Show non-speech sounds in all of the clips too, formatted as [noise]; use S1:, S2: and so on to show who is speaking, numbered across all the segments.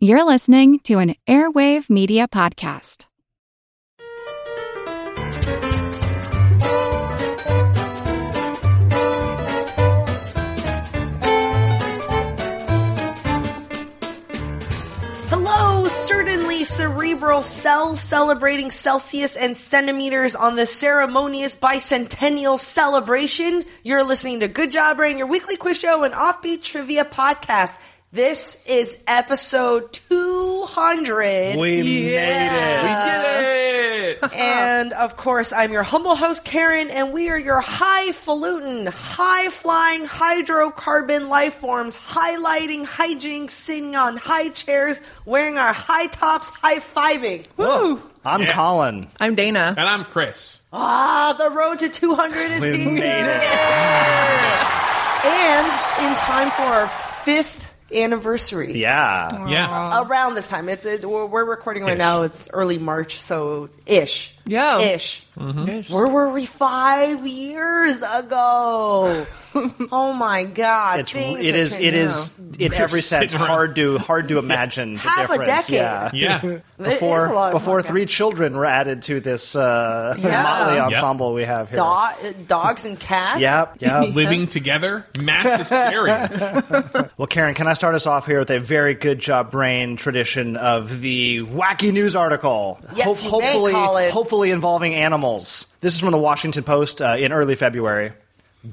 S1: You're listening to an Airwave Media Podcast.
S2: Hello, certainly cerebral cells celebrating Celsius and centimeters on the ceremonious bicentennial celebration. You're listening to Good Job Brain, your weekly quiz show and offbeat trivia podcast. This is episode 200.
S3: We made it.
S4: We did it!
S2: and of course, I'm your humble host, Karen, and we are your highfalutin, high flying hydrocarbon life forms, highlighting, hijinks, sitting on high chairs, wearing our high tops, high fiving.
S3: Woo. I'm Colin.
S5: I'm Dana.
S4: And I'm Chris.
S2: Ah, the road to 200 is
S3: We
S2: being
S3: made it.
S2: And in time for our fifth anniversary.
S3: Yeah.
S4: Yeah.
S2: Around this time, it's it, we're we're recording right
S4: Ish.
S2: now. It's early March, so ish.
S5: Yeah.
S2: ish.
S3: Mm-hmm.
S2: Where were we five
S3: [laughs]
S2: years ago? oh my god!
S3: It's
S2: things
S3: it
S2: have
S3: is it
S2: changed.
S3: is in every sense
S4: sitting around.
S3: hard to hard to imagine the
S2: Half a
S3: difference.
S2: decade.
S3: Yeah. [laughs]
S4: Yeah.
S2: It is a lot
S3: Before
S2: of
S3: before
S2: podcasts.
S3: three children were added to this uh, motley ensemble we have here.
S2: Do- dogs and cats.
S3: Yep, yep.
S4: Living together, mass
S3: [laughs]
S4: hysteria.
S3: Well, Karen, can I start us off here with a very good job brain tradition of the wacky news article?
S2: Yes, you may,
S3: hopefully,
S2: Colin.
S3: hopefully involving animals. This is from the Washington Post uh, in early February.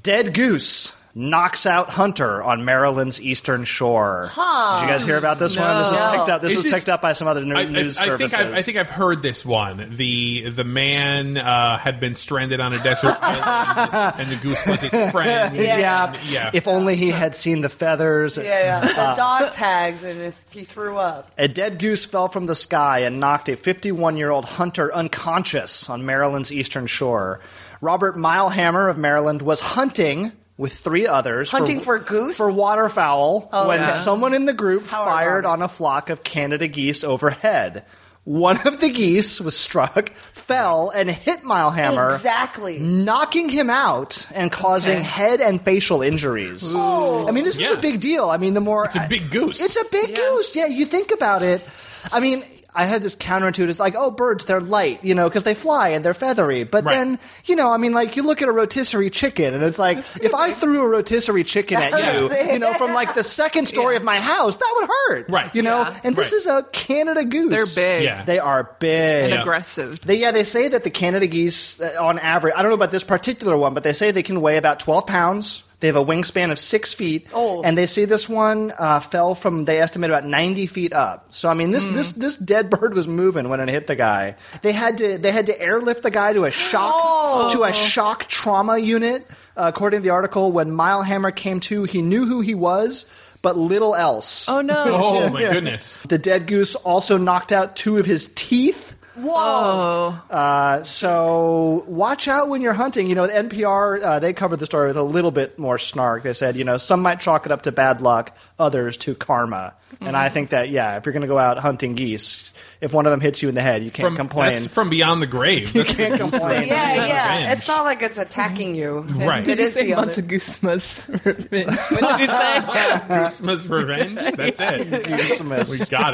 S3: Dead goose knocks out hunter on Maryland's eastern shore. Did you guys hear about this one? This was picked up. This
S4: Is
S3: was
S4: this-
S3: picked up by some other new,
S4: I, I,
S3: news
S4: I
S3: services.
S4: think I've, I think I've heard this one. The the man uh, had been stranded on a
S3: [laughs]
S4: desert island, and the goose was his friend.
S2: Yeah.
S3: yeah.
S4: Yeah.
S3: If only he had seen the feathers.
S2: Yeah, yeah. The
S3: Uh,
S2: dog tags, and if he threw up.
S3: A dead goose fell from the sky and knocked a 51 year old hunter unconscious on Maryland's eastern shore. Robert Milehammer of Maryland was hunting with three others.
S2: Hunting for goose? Oh,
S3: For waterfowl when
S2: yeah.
S3: someone in the group
S2: How
S3: fired
S2: ironic.
S3: on a flock of Canada geese overhead. One of the geese was struck, fell, and hit Milehammer.
S2: Exactly.
S3: Knocking him out and causing
S5: Okay.
S3: head and facial injuries. I mean, this is
S4: Yeah.
S3: a big deal. I mean, the more
S4: It's a big goose.
S3: It's a big goose. Yeah, you think about it. I mean, I had this counterintuitive, like, oh, birds, they're light, you know, because they fly and they're feathery. But
S4: Right.
S3: then, you know, I mean, like, you look at a rotisserie chicken, and it's like, if I threw a rotisserie chicken at
S2: That's
S3: you,
S2: it.
S3: you know, from like the second story of my house, that would hurt.
S4: Right.
S3: You know,
S5: Yeah.
S3: and this
S4: Right.
S3: is a Canada goose.
S5: They're big
S4: Yeah.
S3: They are big.
S5: and aggressive.
S3: They, yeah, they say that the Canada geese, uh, on average, I don't know about this particular one, but they say they can weigh about 12 pounds. They have a wingspan of six feet,
S2: Oh.
S3: and they say this one uh, fell from they estimate about 90 feet up. So I mean, this this this dead bird was moving when it hit the guy. They had to they had to airlift the guy to a shock to a shock trauma unit. Uh, according to the article, when Milehammer came to, he knew who he was, but little else.
S5: Oh [laughs] no.
S4: [laughs] Oh my goodness.
S3: The dead goose also knocked out two of his teeth. Uh,
S5: Whoa.
S3: So watch out when you're hunting. You know, the NPR uh, they covered the story with a little bit more snark. They said, you know, some might chalk it up to bad luck, others to karma. And I think that yeah, if you're going to go out hunting geese, if one of them hits you in the head, you can't
S4: From,
S3: complain.
S4: That's from beyond the grave.
S3: you [laughs]
S4: [laughs]
S3: can't complain.
S2: Yeah, yeah.
S4: revenge.
S2: It's not like it's attacking you.
S4: Right.
S2: It's,
S4: Did
S2: it
S5: Did you
S2: is
S5: say
S2: beyond.
S5: Monte
S2: it.
S5: Guzma's [laughs] revenge? What did you say?
S4: Christmas revenge. That's it. We
S3: Goosemas.
S4: got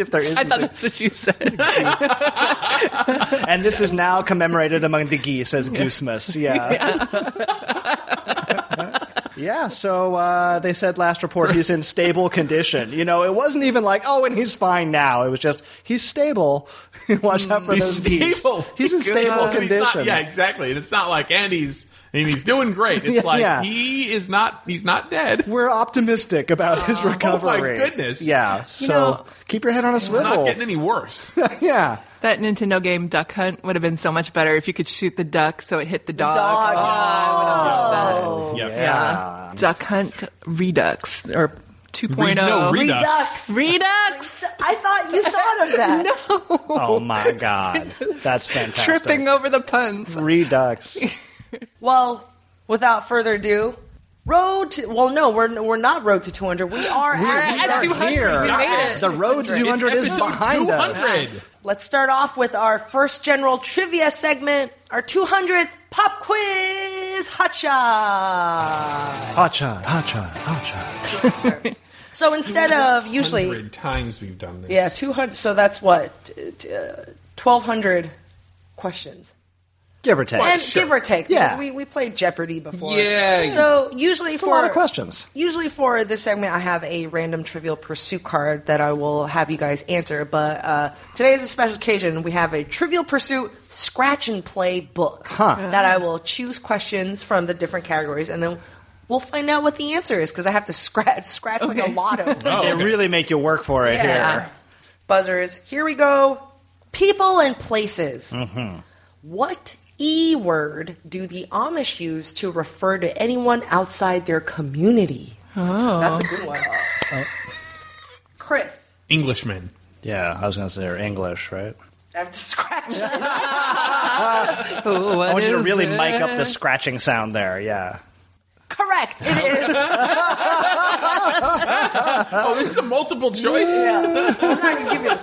S3: [laughs] if there is,
S5: I thought that's what you said.
S3: and this is now commemorated among the geese as Goosemas.
S4: [laughs]
S3: Yeah. [laughs] yeah. so uh, they said last report he's in stable condition. You know, it wasn't even like, oh, and he's fine now. It was just he's stable. [laughs] Watch out for
S4: He's
S3: those geese.
S4: stable.
S3: He's in stable
S4: And he's
S3: condition.
S4: not- yeah, exactly. And it's not like and he's and he's doing great. It's
S3: [laughs] Yeah,
S4: like
S3: yeah.
S4: he is not. He's not dead.
S3: We're optimistic about his recovery.
S4: Oh, goodness.
S3: Yeah. So
S5: know,
S3: keep your head on a
S4: It's not
S3: swivel.
S4: getting
S3: [laughs]
S4: any worse. [laughs]
S3: yeah.
S5: that Nintendo game Duck Hunt would have been so much better if you could shoot the duck so it hit the dog. Oh,
S2: Dog.
S3: Oh,
S4: yeah.
S5: Yeah. Duck Hunt Redux or 2.0.
S4: Re- no,
S5: Oh,
S4: Redux.
S2: Redux.
S5: Redux.
S2: I thought you thought of [laughs] that.
S3: Oh my God. That's fantastic.
S5: Tripping over the puns.
S3: Redux.
S2: Well, without further ado, road to well, no, we're we're not road to 200. [gasps] We are at,
S5: at
S2: Redux.
S5: 200.
S3: Here.
S5: We made it.
S3: The road to 200 is
S4: Episode
S3: behind us.
S4: 200.
S2: Let's start off with our first general trivia segment, our 200th pop quiz hotshot.
S3: Hotshot, hotshot, hotshot.
S2: So instead of usually,
S4: 100 times we've done this.
S2: yeah, two hundred. So that's what uh, twelve hundred questions,
S3: Give or take.
S2: and
S4: sure.
S2: give or take.
S3: Yeah.
S2: because we we played Jeopardy before.
S4: Yeah.
S2: So usually
S3: a
S2: for
S3: lot of questions.
S2: Usually for this segment, I have a random trivial pursuit card that I will have you guys answer. But uh, today is a special occasion. We have a trivial pursuit scratch and play book that I will choose questions from the different categories, and then we'll find out what the answer is because I have to scratch scratch like a lotto.
S4: Oh,
S3: They
S4: okay.
S3: really make you work for it
S2: Yeah.
S3: here.
S2: Buzzers. Here we go. People and places. What E word do the Amish use to refer to anyone outside their community? Oh. That's a good one. Chris,
S4: Englishman.
S3: Yeah, I was going to say they're English, right?
S2: I have to scratch.
S5: Oh, what
S3: I want you to
S5: is
S3: really
S5: it?
S3: mic up the scratching sound there. Yeah.
S2: Correct. It is.
S4: Oh, this is a multiple choice.
S2: I'm not gonna give you this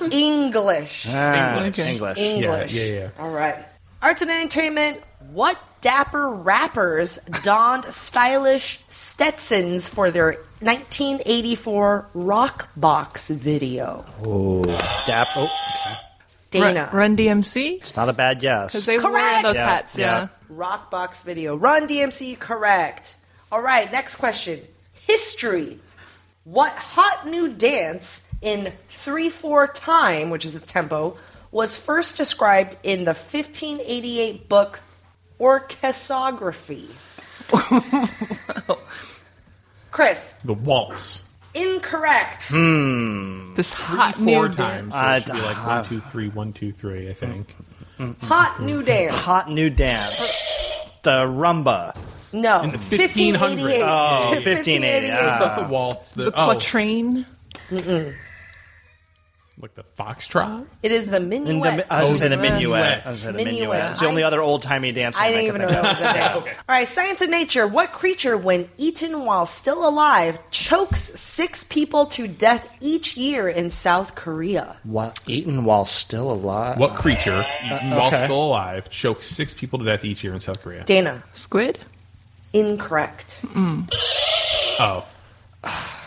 S2: choice. English.
S4: English.
S5: Okay.
S3: English.
S4: Yeah,
S2: English.
S4: yeah, yeah.
S2: All right. Arts and entertainment. What dapper rappers donned stylish Stetsons for their 1984 Rock Box video?
S3: Dap. Oh, okay.
S5: Run,
S2: Dana.
S5: Run DMC?
S3: it's not a bad yes.
S5: Because they
S2: Correct!
S5: wore those
S2: Yeah,
S5: hats, yeah.
S2: Rock Box video. Run DMC, correct. All right, next question. History. What hot new dance in 3 4 time, which is a tempo, was first described in the 1588 book Orchesography? Chris,
S4: The waltz.
S2: incorrect.
S5: This hot
S4: Four
S5: new
S4: times. So
S3: Uh,
S4: it should be like one, two, three, one, two, three. I think.
S3: Mm-hmm.
S2: Hot new dance.
S3: Hot new dance. The rumba.
S2: no.
S4: In the 1500s.
S2: Oh,
S3: 1588.
S4: It's not the waltz. The,
S5: The
S4: oh,
S5: quatrain.
S4: like the foxtrot.
S2: It is the
S3: In the, mi- uh,
S2: minuet.
S3: I was going to say the
S4: Minuet.
S3: Oh, minuet. I was gonna say the
S2: Minuet.
S3: minuet. It's the
S2: I-
S3: only other old timey dance.
S2: I
S3: name
S2: didn't
S3: can
S2: even
S3: think
S2: know that
S3: of.
S2: was a dance.
S4: [laughs]
S2: All right, science and nature. What creature, when eaten while still alive, chokes six people to death each year in South Korea?
S3: While eaten while still alive.
S4: What creature, eaten while
S3: Uh, okay.
S4: still alive, chokes six people to death each year in South Korea?
S2: Dana,
S5: Squid?
S2: incorrect.
S4: Oh,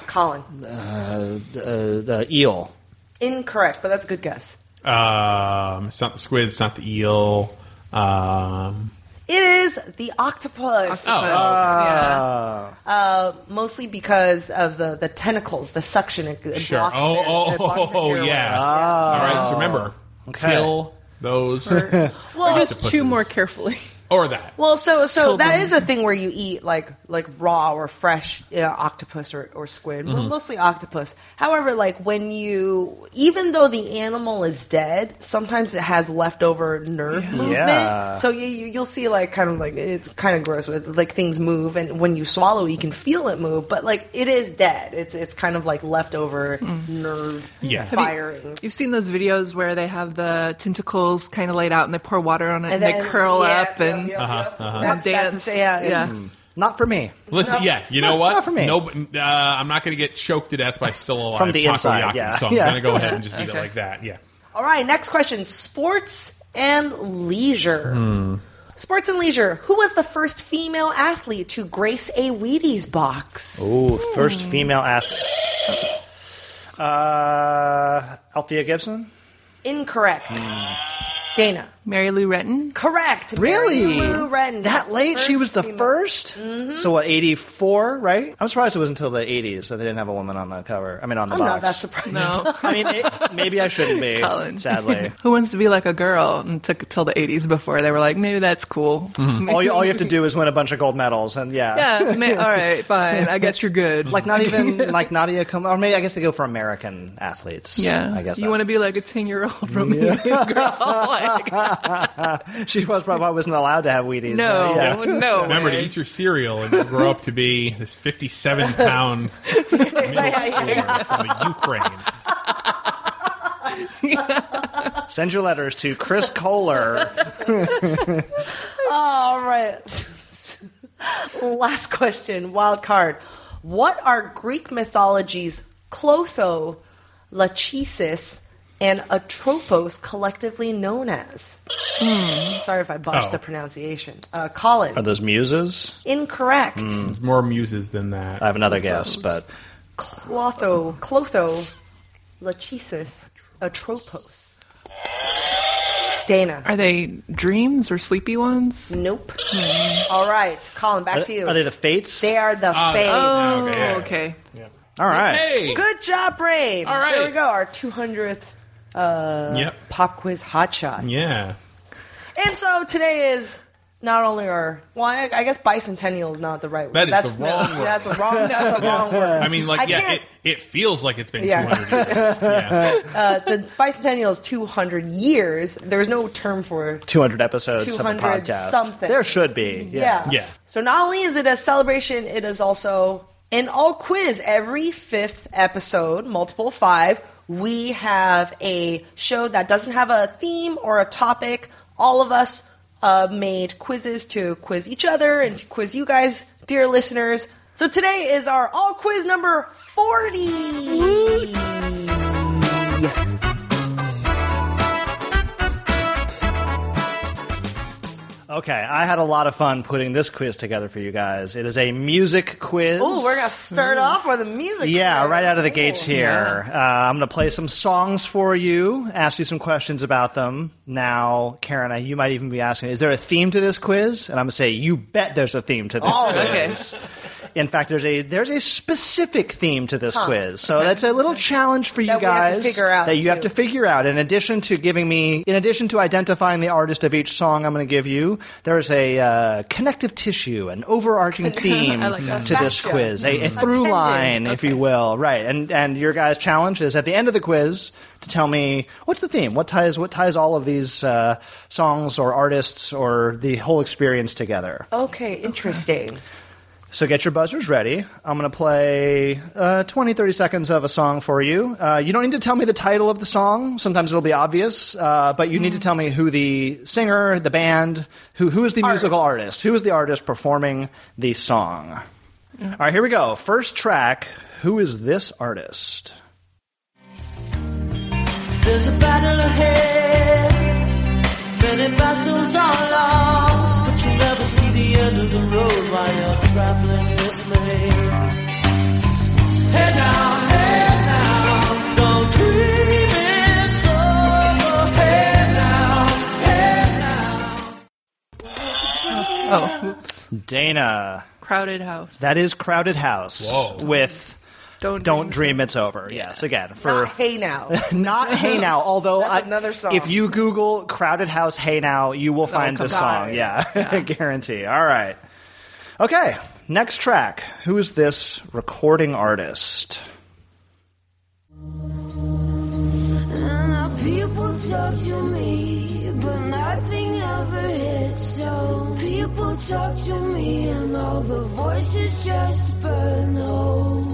S2: Colin,
S3: Uh, The eel.
S2: incorrect, but that's a good guess.
S4: Oh. um, it's not the squid. It's not the eel. Um,
S2: It is the octopus, Uh,
S4: oh,
S3: Uh,
S2: mostly because of the, the tentacles, the suction. It, it
S4: sure.
S2: blocks
S4: Oh,
S2: their-
S4: oh,
S2: it blocks their
S4: oh,
S2: airway.
S4: yeah. All right. So remember,
S3: Okay.
S4: kill those
S5: Well, just
S4: octopuses.
S5: chew more carefully.
S4: [laughs] or that.
S2: Well, so so
S5: Told
S2: that
S5: them.
S2: is a thing where you eat like like raw or fresh uh, octopus or, or squid, but mostly octopus. However, like when you, even though the animal is dead, sometimes it has leftover nerve movement.
S3: Yeah.
S2: So you, you you'll see like kind of like it's kind of gross with like things move, and when you swallow, you can feel it move, but like it is dead. It's it's kind of like leftover nerve
S4: Yeah. Have you-
S2: firing.
S5: You've seen those videos where they have the tentacles kind of laid out and they pour water on it and, they
S2: then-
S5: curl
S2: yeah,
S5: up and
S3: Uh-huh.
S2: yep, yep, yep.
S5: and
S2: That's,
S5: dance.
S2: that's, yeah, it's-
S3: Not for me.
S4: Listen, yeah, you know what?
S3: not for me.
S4: No, uh, I'm not going to get choked to death by still alive
S3: From the
S4: takoyaki,
S3: inside, yeah.
S4: So I'm
S3: Yeah.
S4: going to go ahead
S3: [laughs]
S4: and just eat it like that. Yeah.
S2: All right, next question sports and leisure. Sports and leisure. Who was the first female athlete to grace a Wheaties box?
S3: Ooh, first female athlete. Uh, Althea Gibson.
S2: Incorrect. Dana.
S5: Mary Lou
S2: [laughs]
S5: Retton.
S2: Correct.
S3: Really?
S2: Mary Lou Retton.
S3: That late? she
S2: First
S3: was the Mm-hmm.
S2: female-
S3: 1st So what? Eighty four, right? I'm surprised it was until the eighties that they didn't have a woman on the cover. I mean, on the
S2: I'm
S3: box.
S2: not that surprised. [laughs]
S5: No.
S3: [laughs] I mean, it, maybe I shouldn't be.
S5: Colin.
S3: Sadly,
S5: Who wants to be like a girl? And it took till the 80s before they were like, maybe that's cool.
S3: all you all you have to do is win a bunch of gold medals, and yeah,
S5: Yeah,
S2: [laughs]
S5: ma- all right, fine. I guess you're good.
S3: like not even like Nadia Come, or maybe I guess they go for American athletes.
S5: yeah,
S3: I guess
S5: you want to be like a 10 year old [laughs] Romanian girl.
S3: [laughs]
S5: Like,
S3: to. [laughs] She was probably wasn't allowed to have Wheaties.
S5: no,
S3: right? Yeah.
S5: no.
S4: Remember to
S5: way.
S4: eat your cereal and you'll grow up to be this 57 pound middle schooler from the Ukraine.
S3: Send your letters to Chris Kohler.
S2: All right. [laughs] Last question, wild card. What are Greek mythology's Clotho, Lachesis, and Atropos collectively known as? Hmm. Sorry if I botched
S4: Oh.
S2: the pronunciation. Uh, Colin,
S3: Are those muses?
S2: incorrect.
S3: Hmm.
S4: More muses than that.
S3: I have another guess, but
S2: Clotho, Clotho, Lachesis, Atropos. Dana.
S5: Are they dreams or sleepy ones?
S2: Nope. All right, Colin, back
S3: Are
S2: to
S3: they,
S2: you.
S3: are they Ah. the fates?
S2: They are the
S4: Oh,
S2: faves.
S5: Oh,
S4: Okay.
S5: okay.
S3: All right.
S4: Hey.
S2: Good job, Brain.
S4: All right.
S2: There we go, our 200th
S4: Yep.
S2: pop quiz hotshot.
S4: Yeah.
S2: And so today is not only our, well, I, I guess bicentennial is not the right word.
S4: That is
S2: that's
S4: the wrong word.
S2: That's a wrong, that's a
S4: [laughs]
S2: wrong word.
S4: I mean, like,
S2: Oh, I
S4: yeah, it,
S2: can't-
S4: it feels like it's been
S2: Yeah.
S4: 200 years. Yeah.
S2: Uh, the bicentennial is 200 years. There's no term for it.
S3: 200 episodes of the
S2: 200
S3: podcast.
S2: something. Mm-hmm.
S3: There should be.
S2: Yeah.
S4: Yeah.
S2: So not only is it a celebration, it is also an all quiz. Every fifth episode, multiple five, we have a show that doesn't have a theme or a topic. All of us uh, made quizzes to quiz each other and to quiz you guys, dear listeners. So today is our all quiz number 40.
S3: Okay, I had a lot of fun putting this quiz together for you guys. It is a music quiz.
S2: Ooh, we're going to start off with the music.
S3: Mm. Yeah, right out of the
S2: Ooh.
S3: gates here. Uh, I'm going to play some songs for you, ask you some questions about them. Now, Karen, I- you might even be asking, is there a theme to this quiz? And I'm going to say, you bet there's a theme to this
S2: Oh,
S3: quiz.
S5: Okay.
S3: In fact, there's a there's a specific theme to this quiz, so that's a little challenge for you
S2: That we have
S3: guys
S2: to figure out,
S3: that you have
S2: too.
S3: to figure out. In addition to giving me, in addition to identifying the artist of each song, I'm going to give you. There's a uh, connective tissue, an
S2: [laughs]
S3: overarching theme
S5: I like that.
S3: to this
S2: Fascia.
S3: quiz, a, a through
S2: tendon.
S3: line, if you will, right? And and your guys' challenge is at the end of the quiz to tell me what's the theme, what ties what ties all of these uh, songs or artists or the whole experience together.
S2: Okay, interesting.
S3: So get your buzzers ready. I'm going to play uh, 20, 30 seconds of a song for you. Uh, you don't need to tell me the title of the song. Sometimes it'll be obvious, uh, but you need to tell me who the singer, the band, who, who is the musical artist, who is the artist performing the song. All right, here we go. First track Who is this artist?
S6: There's a battle ahead. Many battles are lost, but you'll never see the end of the road while you're traveling with me. Hey now, hey now, don't dream it's over. Hey now, hey now.
S5: Oh, oops.
S3: Dana.
S5: crowded house.
S3: That is Crowded House
S4: Whoa.
S3: with
S5: Don't
S3: Don't Dream It's Over. Yes, again. For
S2: Not
S3: [laughs]
S2: hey now. [laughs]
S3: Not Hey Now, although
S2: That's
S3: I-
S2: another song.
S3: if you Google Crowded House Hey Now, you will find
S5: come
S3: this
S2: on.
S3: song. Yeah, [laughs] guarantee. All right. Okay, next track. Who is this recording artist?
S6: And now people talk to me, but nothing ever hits. So people talk to me, and all the voices just burn out.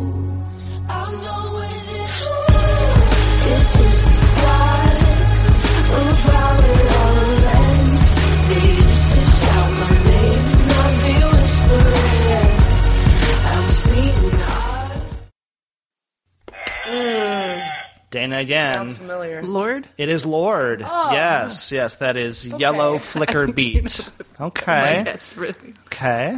S6: I'm done with it. This is the start of how it all ends. They used to shout my name, now they whisper it. I'm speeding up.
S3: Dana again.
S2: Sounds Oh. familiar.
S5: Lord.
S3: It is Lord. [laughs] Yes, yes, that is Yellow
S2: [laughs]
S3: Flicker Beat. Okay.
S5: Like, that's really.
S3: Okay.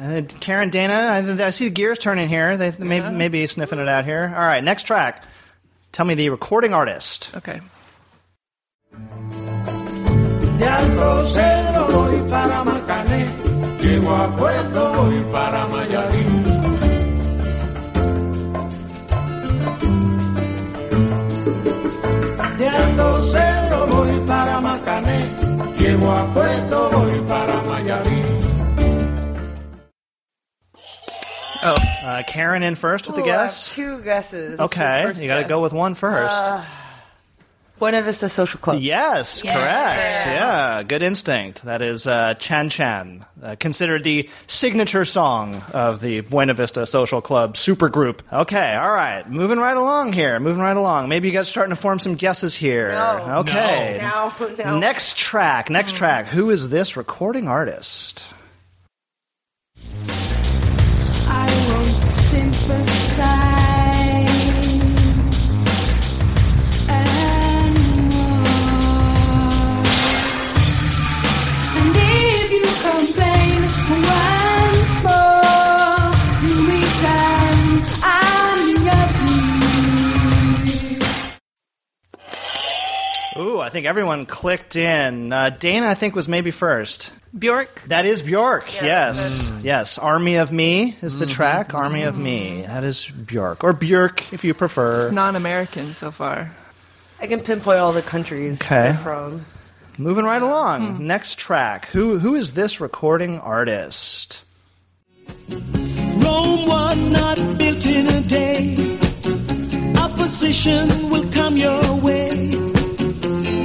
S3: Uh, Karen, Dana, I, I see the gears turning here. They may, may be sniffing it out here. All right, next track. Tell me the recording artist.
S5: Okay.
S7: Al Rosero voy para Marcané, llego a Puerto voy para Mayarín. De Alto Cedro voy para Marcané, llego a Puerto voy para Mayarín.
S5: Oh,
S3: Uh, Karen in first with
S2: Ooh,
S3: the
S2: Oh, I have
S3: guess.
S2: Two Uh, guesses.
S3: Okay,
S5: First
S3: you got to
S5: guess.
S3: go with one first.
S2: Buena Vista Social Club.
S3: yes, correct. Yeah, good instinct. That is uh, Chan Chan, uh, considered the signature song of the Buena Vista Social Club supergroup. Okay, all right, moving right along here. Moving right along. Maybe you guys are starting to form some guesses here.
S2: No. Hmm.
S3: Okay.
S2: [laughs] Now, now.
S3: Next track. Next track. Who is this recording artist?
S6: I won't sympathize anymore. And if you complain once more, you become I
S3: Ooh, I think everyone clicked in. Uh, Dana, I think, was maybe first.
S5: Bjork.
S3: That is Bjork. yes, yes. Army of Me is the track. Army of Me. That is Bjork, or Bjork if you prefer.
S5: It's non-American so far.
S2: I can pinpoint all the countries
S3: Okay.
S2: they're from.
S3: Moving right along. Next track. Who who is this recording artist?
S6: Rome was not built in a day. Opposition will come your way.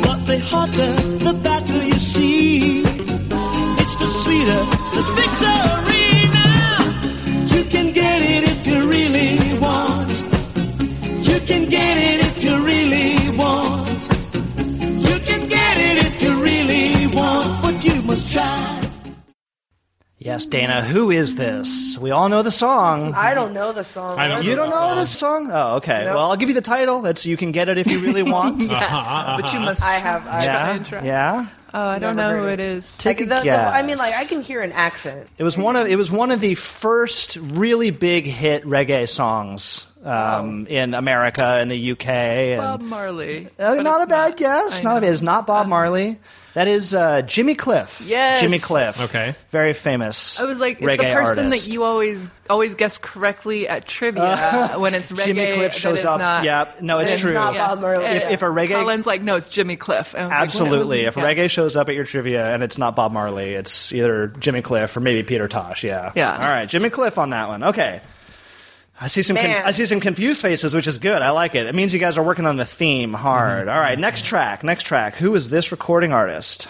S6: But the hotter the battle you see, it's the sweeter the victory now. You can get it if you really want. You can get it if you really want. You can get it if you really want. But you must try.
S3: Yes, Dana. Who is this? We all know the song.
S2: I don't know the song.
S4: I don't
S3: You don't know this song? Oh, okay.
S2: Nope.
S3: Well, I'll give you the title. That's you can get it if you really want.
S5: Yeah, but
S3: Uh-huh.
S5: you must.
S2: I have. I,
S3: yeah.
S5: and try.
S3: Yeah.
S5: Oh, I don't
S2: Never
S5: know who it
S2: heard
S5: is.
S2: I,
S3: Take
S2: can-
S3: a
S2: the- the-
S3: guess.
S2: I mean, like I can hear an accent.
S3: It was one of it was one of the first really big hit reggae songs um, in America and the UK. And,
S5: Bob Marley.
S3: Uh,
S5: But
S3: not a
S5: it's
S3: bad guess.
S5: I
S3: Not a
S5: know.
S3: bad. It's not Bob Marley. That is uh, Jimmy Cliff.
S5: Yes.
S3: Jimmy Cliff.
S4: Okay.
S3: very famous.
S5: I was like, it's
S3: reggae
S5: the person
S3: artist. Uh,
S5: that you always always guess correctly at trivia [laughs] when it's reggae.
S3: Jimmy Cliff
S5: that
S3: shows
S5: it's
S3: up.
S5: Not,
S3: Yeah. No,
S5: that
S3: it's true.
S2: not Bob Marley.
S5: And
S2: If-
S3: if a reggae-
S5: Colin's like, no, it's Jimmy Cliff. And I was like,
S3: Absolutely. if
S5: what? yeah.
S3: reggae shows up at your trivia and it's not Bob Marley, it's either Jimmy Cliff or maybe Peter Tosh. Yeah.
S5: Yeah.
S3: All right, Jimmy Cliff on that one. Okay. I see some
S2: Man.
S3: con- I see some confused faces, which is good. I like it. It means you guys are working on the theme hard.
S5: Mm-hmm.
S3: All right, next track. Next track. Who is this recording artist?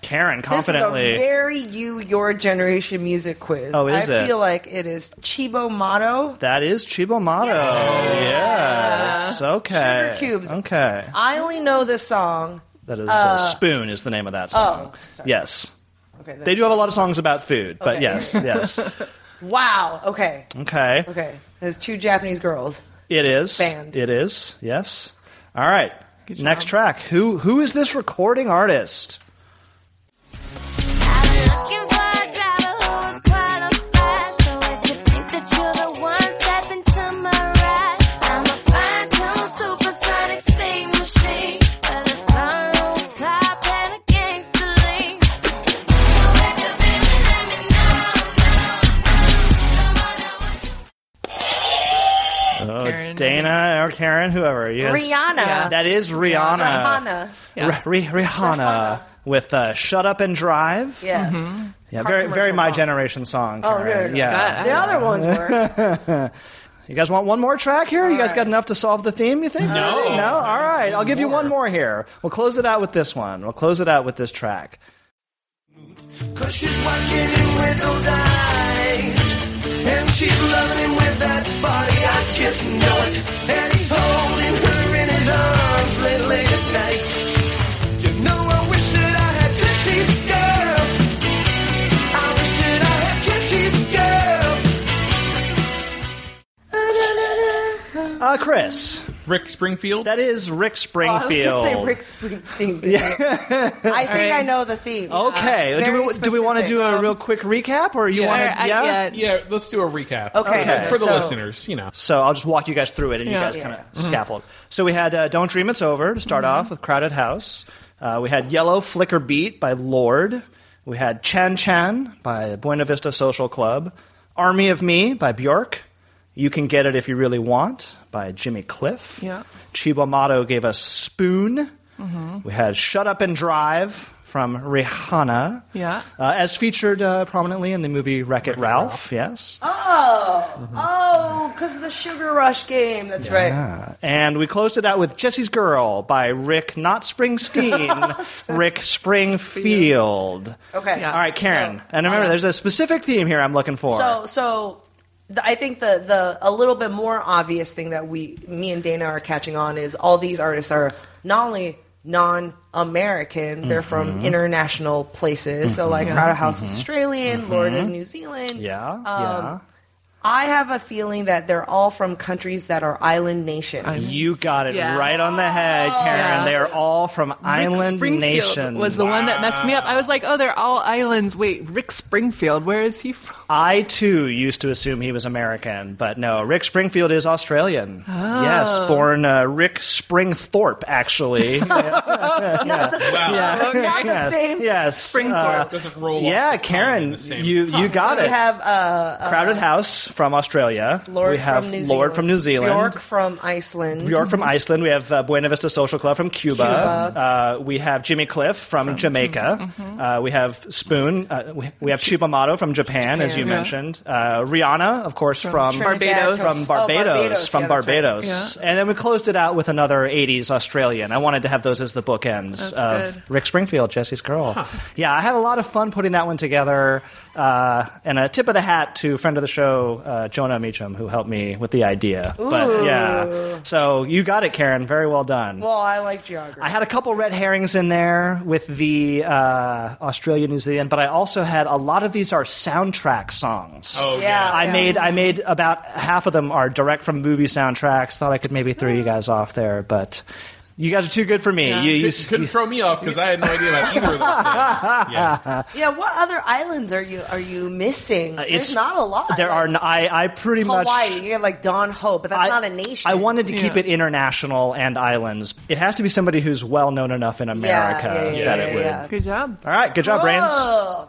S3: Karen confidently.
S2: This is a very you, your generation music quiz.
S3: Oh, is
S2: I
S3: it?
S2: feel like it is Chibo Motto.
S3: that is Chibo Mato. Yes. Okay.
S2: Sugar cubes.
S3: Okay.
S2: I only know this song.
S3: That is uh, Spoon is the name of that song.
S2: oh,
S3: yes.
S2: Okay,
S3: They do have a lot of songs about food, but
S2: Okay.
S3: yes,
S2: [laughs]
S3: yes.
S2: Wow. Okay.
S3: Okay.
S2: Okay. There's two Japanese girls.
S3: It is.
S2: Band.
S3: It is. Yes. All right. Next track. Who who is this recording artist? Oh,
S5: Karen.
S3: Dana or Karen, whoever. Yes.
S2: Rihanna.
S5: Yeah.
S3: That is Rihanna.
S2: Rihanna.
S5: Yeah.
S3: Ri- Ri- Rihanna, with uh, "Shut Up and Drive."
S2: Yeah.
S3: Yeah, very very
S2: commercial
S3: my
S2: song.
S3: generation song.
S2: Oh, no,
S3: Karen.
S2: no, no.
S3: Yeah.
S5: God,
S2: The other ones were.
S3: You guys want one more track here? you guys
S2: right.
S3: got enough to solve the theme, you think? No. No? All right. I'll give you one more here. We'll close it out with this one. We'll close it out with this track.
S6: Cause she's watching him with those eyes. And she's loving him with that body, I just know it. And he's holding her in his arms late, late at night. You know, I wish that I had Jesse's girl. I wish that I had Jesse's girl.
S3: Uh, Chris,
S4: Rick Springfield.
S3: that is Rick
S2: Oh, I was
S3: Springfield.
S2: going to say Rick Springsteen.
S3: [laughs]
S2: I think I know the theme.
S3: Okay.
S2: Yeah.
S3: do
S2: Very
S3: we do we want to
S2: specific.
S3: do a real quick recap, or you
S4: Yeah.
S3: want
S5: Or,
S3: to?
S5: I-
S3: yeah?
S5: yeah,
S4: yeah, let's do a recap.
S2: Okay.
S3: Okay.
S4: For the
S2: so-
S4: listeners, you know.
S3: So I'll just walk you guys through it, and you
S5: Yeah.
S3: guys
S5: Mm-hmm.
S3: kind of scaffold. So we had uh, "Don't Dream It's Over" to start off with "Crowded House." Uh, we had "Yellow Flicker Beat" by Lord. We had "Chan Chan" by Buena Vista Social Club. "Army of Me" by Bjork. "You Can Get It If You Really Want" by Jimmy Cliff.
S5: Yeah. Mm-hmm.
S3: Chibomato gave us "Spoon." We had "Shut Up and Drive" from Rihanna.
S5: Yeah.
S3: Uh, as featured uh, prominently in the movie Wreck It Ralph, yes.
S2: Oh.
S3: Mm-hmm.
S2: Oh, because of the Sugar Rush game. That's right.
S3: And we closed it out with Jesse's Girl by Rick, not
S5: [laughs]
S3: Springsteen, Rick Springfield.
S2: Okay.
S5: Yeah.
S3: All right, Karen.
S2: So-
S3: and
S5: um,
S3: remember, there's a specific theme here I'm looking for.
S2: So, so the, I think the the a little bit more obvious thing that we, me and Dana, are catching on is all these artists are not only non-American. They're
S3: Mm-hmm.
S2: from international places. So like Crowder House is Australian, Lord is New Zealand.
S3: Mm-hmm.
S2: Um,
S3: Yeah.
S5: um,
S3: yeah.
S2: I have a feeling that they're all from countries that are island nations.
S3: You got it
S5: Yeah.
S3: right on the head, Karen.
S5: Yeah.
S3: They are all from
S5: Rick
S3: island
S5: Springfield
S3: nation.
S5: was the one that messed me up. I was like, oh, they're all islands. Wait, Rick Springfield, where is he from?
S3: I too used to assume he was American, but no. Rick Springfield is Australian.
S5: Oh.
S3: Yes, born uh, Rick Springthorpe,
S5: [laughs] Oh,
S3: actually.
S2: Not the,
S4: Wow.
S5: Yeah. Okay.
S2: not
S3: [laughs]
S2: the
S3: yes,
S2: same.
S3: yes.
S5: Springthorpe.
S3: uh,
S4: Doesn't roll. off
S3: yeah,
S4: the tongue in
S3: Karen,
S4: the same-
S3: you you got
S2: We
S3: it.
S2: have uh,
S3: Crowded House from Australia.
S2: Lord
S3: we have
S2: from New
S3: Lord
S2: Zealand.
S3: from New Zealand.
S2: York from Iceland.
S3: York from Iceland. We have uh, Buena Vista Social Club from Cuba.
S2: Cuba.
S3: Uh, we have Jimmy Cliff from, Jamaica. Uh, we have Spoon. Uh, we, we have Chupamato from Japan, as you
S5: Japan. Yeah.
S3: mentioned. Uh, Rihanna, of course, from
S2: Trinidad,
S5: Barbados.
S2: Tobago-
S3: from
S2: oh,
S3: Barbados, from
S2: yeah, that's right.
S3: Barbados, and then we closed it out with another '80s Australian. I wanted to have those as the bookends
S5: That's
S3: of
S5: good.
S3: Rick Springfield, Jesse's Girl. Yeah, I had a lot of fun putting that one together. Uh, and a tip of the hat to friend of the show uh, Jonah Meacham, who helped me with the idea. But yeah, so you got it, Karen. Very well done.
S2: Well, I like geography.
S3: I had a couple red herrings in there with the uh, Australia, New Zealand, but I also had a lot of these are soundtrack songs.
S4: Oh
S2: Yeah.
S4: yeah.
S3: I made I made about half of them are direct from movie soundtracks. Thought I could maybe throw you guys off there, but you guys are too good for me. You, you,
S4: Couldn't, couldn't throw me off because I had no idea about either of those things. Yeah.
S2: yeah, what other islands are you are you missing?
S3: Uh, it's-
S2: There's not a lot.
S3: there are n- I I pretty
S2: Hawaii.
S3: much.
S2: you have like Don Ho, but that's
S3: I,
S2: not a nation.
S3: I wanted to keep
S5: Yeah.
S3: it international and islands. It has to be somebody who's well known enough in America that it would.
S5: Good job.
S3: All right, good job, Brains.
S2: Whoa.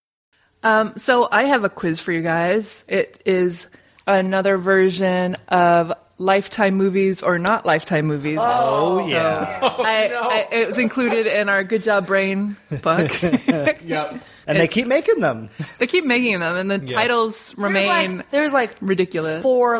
S5: Um, so I have a quiz for you guys. It is another version of lifetime movies or not lifetime movies.
S3: Oh yeah,
S5: I, I, it was included in our Good Job Brain book.
S4: Yep.
S3: and they keep making them.
S5: [laughs] they keep making them, and the titles
S2: There's
S5: remain.
S2: like, there's like
S5: ridiculous.
S2: four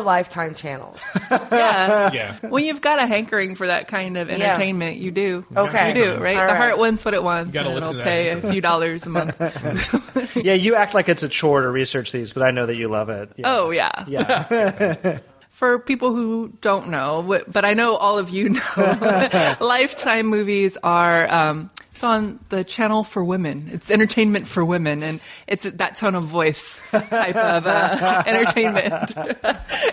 S3: [laughs]
S2: lifetime channels.
S4: [laughs]
S5: yeah.
S4: Yeah.
S5: When you've got a hankering for that kind of entertainment, you do.
S2: Okay.
S5: You do, right?
S2: All
S5: the
S2: right.
S5: heart wants what it wants,
S4: gotta
S5: and
S4: listen
S5: it'll
S4: to that
S5: pay a
S4: hankering.
S5: few dollars a month.
S3: Yeah, you act like it's a chore to research these, but I know that you love it. Yeah.
S5: Oh, yeah.
S3: Yeah.
S5: [laughs] For people who don't know, wh- but I know all of you [laughs] know, [laughs] Lifetime movies are. Um, it's on the channel for women. It's entertainment for women, and it's that tone of voice type of uh, [laughs] entertainment.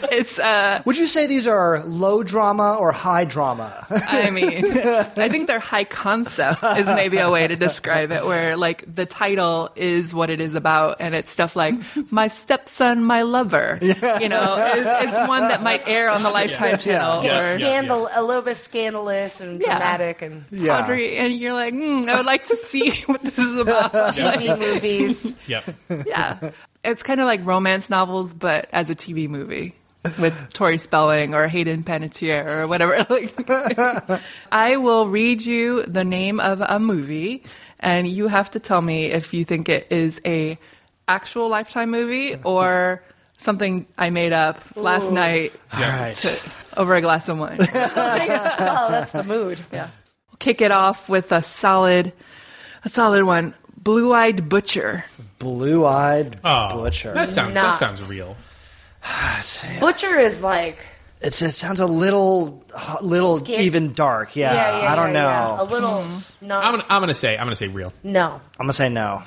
S5: it's uh,
S3: Would you say these are low drama or high drama?
S5: I mean, I think their high concept is maybe a way to describe it, where like the title is what it is about, and it's stuff like "My Stepson, My Lover." You know, it's, it's one that might air on the Lifetime channel.
S4: Yeah.
S5: Or,
S2: Scandal, a little bit scandalous and
S5: Yeah.
S2: dramatic and
S5: [laughs]
S3: Yeah.
S5: Audrey, and you're like, mm, I would like to see [laughs] what this is about.
S2: TV
S5: [laughs]
S2: movies.
S4: Yep.
S5: Yeah, it's kind of like romance novels, but as a TV movie with Tori Spelling or Hayden Panettiere or whatever. [laughs] Like, I will read you the name of a movie, and you have to tell me if you think it is a actual Lifetime movie or something I made up last night
S3: All right.
S5: to, over a glass of wine.
S2: Oh, that's the mood.
S5: yeah, we'll kick it off with a solid, a solid one. Blue-eyed butcher.
S3: Blue-eyed
S4: Oh,
S3: butcher.
S4: That sounds.
S2: Not.
S4: That sounds real.
S2: Butcher is like
S3: It's, it sounds a little, little
S2: Scared.
S3: even dark. Yeah,
S2: yeah, yeah, yeah
S3: Uh, I don't know.
S2: yeah. A little
S5: Mm-hmm.
S2: not
S4: I'm gonna, I'm gonna say I'm gonna say real.
S2: no.
S3: I'm gonna say no.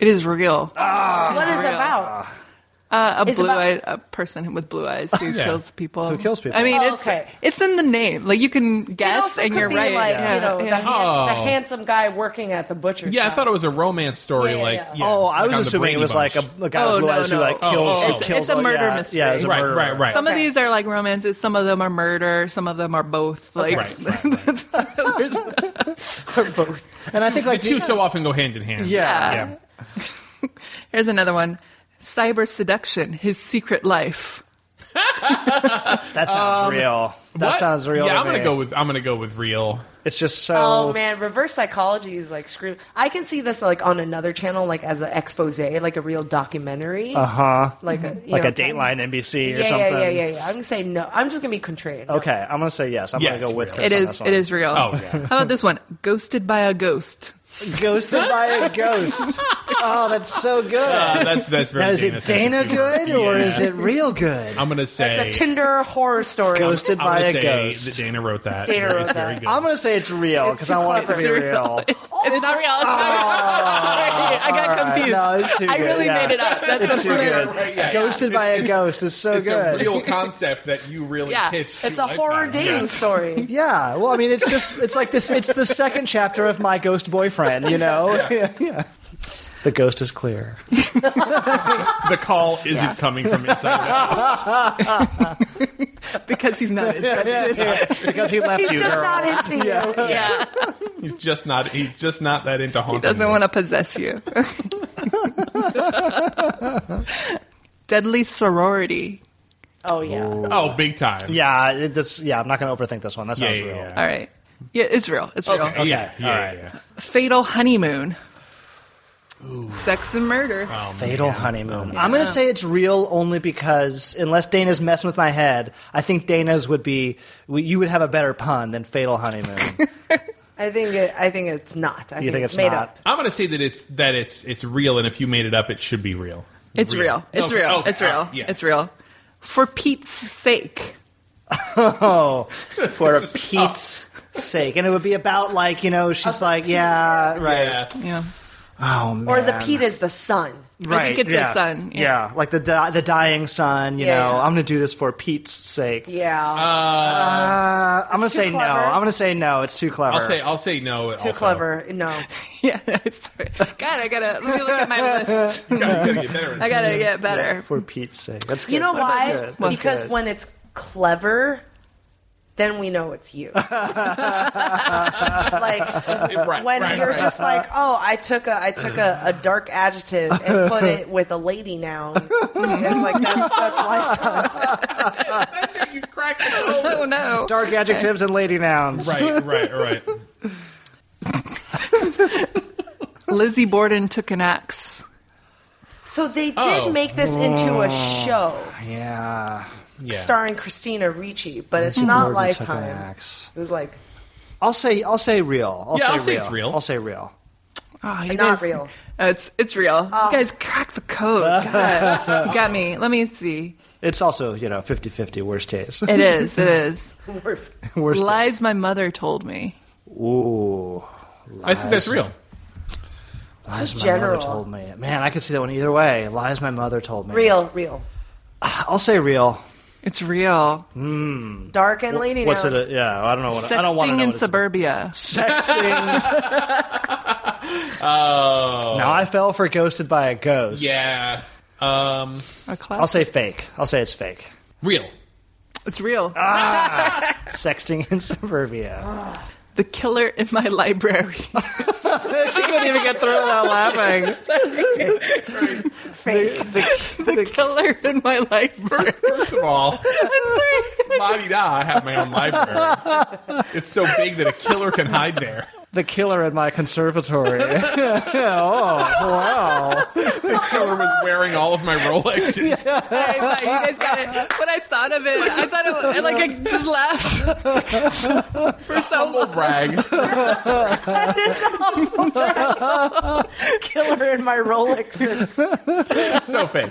S5: It is real.
S2: What is it
S5: real.
S3: Uh,
S2: about?
S5: a
S2: It's
S5: blue
S2: about-
S5: eyed a person with blue eyes who
S4: Yeah.
S5: kills people. Who
S3: kills people.
S5: I mean,
S2: Oh,
S5: it's
S2: okay.
S5: it's in the name. Like you can guess,
S2: also
S5: and
S2: could
S5: you're
S2: be
S5: right.
S2: Like,
S5: yeah.
S2: you know,
S5: yeah.
S2: The, han- the
S4: Oh.
S2: handsome guy working at the butcher.
S4: Yeah, I
S2: shop.
S4: thought it was a romance story.
S2: Yeah, yeah,
S4: like,
S2: yeah.
S4: yeah,
S3: oh, I was
S4: like on the
S3: assuming
S4: Brady
S3: it was
S4: Bunch.
S3: like a, a guy
S5: Oh,
S3: with blue
S5: no,
S3: eyes who
S5: no.
S3: like
S5: Oh,
S3: kills.
S4: oh,
S3: who
S4: oh. It's-
S3: kills
S5: it's a
S3: all-
S5: murder
S3: yeah,
S5: mystery.
S3: Yeah, it's a
S4: Right,
S3: murder.
S4: right, right.
S5: Some of
S2: Okay.
S5: these are like romances. Some of them are murder. Some of them are both. Like [laughs]
S4: Right, right,
S5: there's-
S3: And I think like
S4: the two so often go hand in hand.
S3: Yeah.
S4: yeah.
S5: [laughs] here's another one: cyber seduction, his secret life.
S3: That sounds real. That
S4: um, What?
S3: sounds real.
S4: Yeah,
S3: to
S4: I'm gonna
S3: me.
S4: go with I'm gonna go with real.
S3: It's just so.
S2: Oh man, reverse psychology is like screw. I can see this like on another channel, like as an expose, like a real documentary. Uh huh. Like a you
S3: Uh-huh. like
S2: know,
S3: a Dateline NBC
S2: Yeah,
S3: or something.
S2: yeah, yeah, yeah, yeah. I'm gonna say no. I'm just gonna be contrarian.
S3: Okay, I'm gonna say yes. I'm
S4: Yes,
S3: gonna go with
S4: real.
S3: Chris
S5: It
S3: on
S5: is.
S3: this one.
S5: It is real.
S4: Oh, yeah.
S3: [laughs]
S5: How about this one? Ghosted by a ghost.
S3: Ghosted by
S4: [laughs]
S3: a ghost. Oh, that's so good.
S4: Uh, that's that's very
S3: now, is
S4: Dana
S3: it Dana good or is it real good?
S4: I'm gonna say
S2: It's a Tinder horror story.
S3: Ghosted
S4: I'm
S3: by
S4: gonna
S3: a
S4: say
S3: ghost.
S4: that Dana wrote that.
S2: Dana
S4: It's
S2: wrote
S4: very
S2: that.
S4: good.
S3: I'm gonna say it's real because I want it to be real.
S2: Oh,
S5: It's not real. [laughs] It's not real. Sorry, I got confused.
S3: No, it's too
S5: I
S3: good,
S5: really
S3: yeah.
S5: made it up. That's
S3: It's too
S5: really-
S3: good.
S4: Right, yeah,
S3: Ghosted
S4: yeah.
S3: by
S4: It's-
S3: a
S4: it's-
S3: ghost is so
S4: it's
S3: good.
S4: a real concept that you really
S5: Yeah.
S4: pitched.
S2: it's
S4: to
S2: a horror
S4: Lifetime.
S2: dating
S4: Yes.
S2: story.
S3: yeah, well, I mean, it's just it's like this. It's the second chapter of my ghost boyfriend. You know, [laughs] yeah. yeah. The ghost is [laughs] clear.
S4: The call isn't coming from inside. the house.
S5: because he's not interested.
S3: because he left
S2: He's
S3: you,
S2: just
S3: girl.
S2: not into you.
S5: Yeah.
S4: He's just not. He's just not that into haunting.
S5: Doesn't want to possess
S4: [laughs]
S5: you. Deadly sorority.
S2: Oh yeah.
S4: Oh, big time.
S3: yeah, it, this. Yeah, I'm not gonna overthink this one. That
S4: Yeah.
S3: sounds
S4: yeah,
S3: real.
S4: yeah.
S5: All right. Yeah, it's real. It's real.
S4: Okay, Yeah. Yeah. yeah.
S5: Fatal honeymoon. Sex and murder.
S3: Fatal honeymoon. I'm going to say it's real only because unless Dana's messing with my head, I think Dana's would be we- you would have a better pun than fatal honeymoon.
S2: I think it, I think it's not. I
S3: You think it's
S2: [laughs] made
S3: not?
S2: up.
S4: I'm gonna say that it's that it's it's real, and if you made it up, it should be real.
S5: It's real. It's
S4: Okay,
S5: real.
S4: okay,
S5: It's real.
S4: all right, yeah.
S5: It's real. For Pete's sake.
S3: [laughs] Oh,
S4: [laughs]
S3: for Pete's sake, and it would be about like you know she's like yeah right
S4: Yeah.
S5: Yeah.
S3: oh man
S2: Or the Pete is the son.
S3: right
S5: I think it's
S3: yeah.
S5: his son.
S3: yeah, like the di- the dying son you
S2: Yeah,
S3: know
S2: yeah.
S3: I'm going to do this for Pete's sake
S2: Yeah.
S3: uh, I'm going to
S2: too
S3: say no
S2: clever.
S3: I'm going to say no it's too clever
S4: I'll say I'll say no.
S3: Oh.
S2: Too clever.
S3: [laughs]
S2: No.
S5: [laughs] Yeah. [laughs] Sorry. God, I gotta let me look at my list. I gotta get better.
S3: for Pete's sake that's
S2: You
S3: good.
S2: know
S3: That's
S2: why?
S3: good. That's
S2: Because
S3: good.
S2: when it's clever, then we know it's
S3: [laughs]
S2: you. like when you're just like, oh, I took a I took a, a dark adjective and put it with a lady noun. it's like that's that's lifetime.
S4: That's it. You cracked it.
S5: Oh no.
S3: dark adjectives and lady nouns
S4: Right. Right. Right.
S5: Lizzie Borden took an axe.
S2: So they did
S4: Oh.
S2: make this into a show
S3: yeah.
S4: Yeah.
S2: starring Christina Ricci, but it's not
S3: Gordon took an
S2: lifetime.
S3: axe.
S2: It was like
S3: I'll say I'll say real. I'll
S4: Yeah,
S3: say
S4: I'll
S3: real.
S4: say it's real.
S3: I'll say real.
S5: Oh, you
S2: Not
S5: guys-
S2: real. Ah.
S5: Oh, it's it's real. You guys cracked the code. God. You Got me. Let me see.
S3: It's also, you know, 50-50 worst case.
S5: It is. It is.
S2: worse.
S3: worst case.
S5: Lies my mother told me.
S3: Ooh.
S4: I think that's real.
S3: Lies my
S2: general.
S3: mother told me. Man, I could see that one either way. Lies my mother told me.
S2: Real, real.
S3: I'll say real.
S5: It's real.
S2: Dark and lady
S3: What's
S2: noun.
S3: it? uh, Yeah, I don't know what I don't want to know.
S5: Sexting in
S3: what it's-
S5: suburbia.
S3: Sexting.
S4: Oh.
S3: now I fell for ghosted by a ghost.
S4: Yeah. Um.
S5: A class.
S3: I'll say fake. I'll say it's fake.
S4: Real. [laughs]
S5: it's real.
S3: Sexting in [laughs] suburbia.
S5: the killer in my library. [laughs]
S3: she couldn't even get through without [laughs] laughing.
S5: the killer in my library.
S4: First of all,
S5: I'm sorry.
S4: body da. I have my own library. It's so big that a killer can hide there.
S3: The killer at my conservatory. [laughs] oh, wow.
S4: The killer was wearing all of my Rolexes.
S5: Sorry, sorry, you guys got it. When I thought of it, I thought it was, like I just laughed [laughs] for so
S4: Humble
S5: long.
S4: brag.
S2: That is awful. Killer in my Rolexes.
S4: So fake.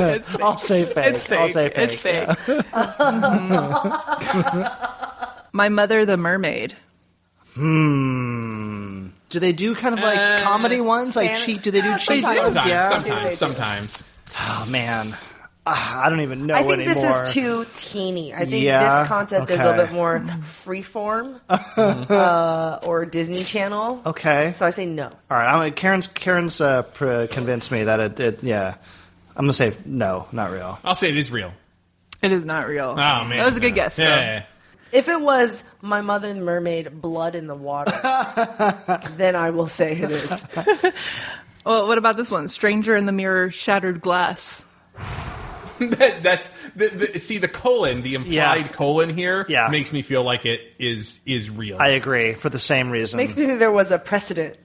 S5: It's fake.
S3: I'll say fake.
S5: It's fake.
S3: I'll say fake.
S5: It's fake. [laughs] My mother, the mermaid.
S3: Hmm. Do they do kind of like comedy ones? Like cheat? Do they do cheat ones?
S4: Uh, Sometimes.
S3: Yeah.
S4: Sometimes. Sometimes.
S3: Oh man, Ah, I don't even know
S2: [laughs] I think
S3: anymore.
S2: this is too teeny. I think
S3: Yeah,
S2: this concept is a little
S3: okay.
S2: bit more freeform uh, or Disney Channel.
S3: okay.
S2: So I say no.
S3: All right. I'm, Karen's Karen's uh, pr- convinced me that it, it. Yeah. I'm gonna say no, not real.
S4: I'll say it is real.
S5: It is not real.
S4: Oh man,
S5: that was a good
S4: No.
S5: guess.
S4: Yeah,
S5: though.
S4: yeah, yeah.
S2: If it was my mother and the mermaid, blood in
S3: [laughs]
S2: the water, then I will say it is.
S5: Well, what about this one? Stranger in the mirror, shattered glass.
S4: that, that's the, the, see the colon, the implied
S3: Yeah.
S4: colon here
S3: Yeah.
S4: makes me feel like it is is real.
S3: I agree for the same reason.
S2: Makes me think there was a precedent.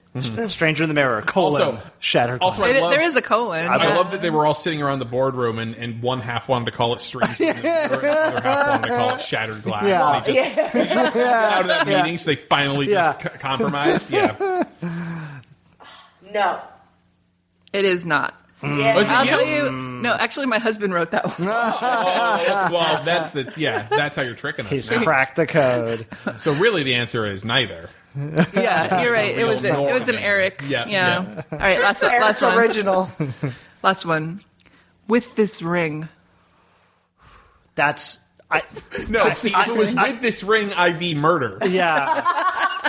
S3: Stranger in the Mirror, colon,
S4: Also-
S3: shattered.
S4: also I
S5: It-
S4: love-
S5: there is a colon.
S4: I
S5: Yeah.
S4: love that they were all sitting around the boardroom, and, and one half wanted to call it strange, and the other other half wanted
S3: [laughs]
S4: to call it shattered glass.
S3: Yeah.
S4: They just, they just got out of that meeting, so they finally just
S3: Yeah.
S4: c-
S3: [laughs]
S4: compromised. Yeah, Was
S2: No.
S5: It is not.
S2: Yeah.
S4: it
S5: I'll
S4: you?
S5: tell you. No, actually, my husband wrote that
S4: [laughs]
S5: one.
S4: Oh, well, that's the yeah. That's how you're tricking us.
S3: He's
S4: now.
S3: cracked the code.
S4: So really, the answer is neither.
S5: yeah, you're right. It was a, it was an
S4: Norman.
S5: Eric.
S4: Yeah, yeah.
S5: All right, last one. Last
S2: Eric's
S3: [laughs]
S5: one.
S2: original.
S5: Last one. With this ring.
S3: That's I.
S4: No, see, if it was with this ring, I'd be murder.
S3: Yeah.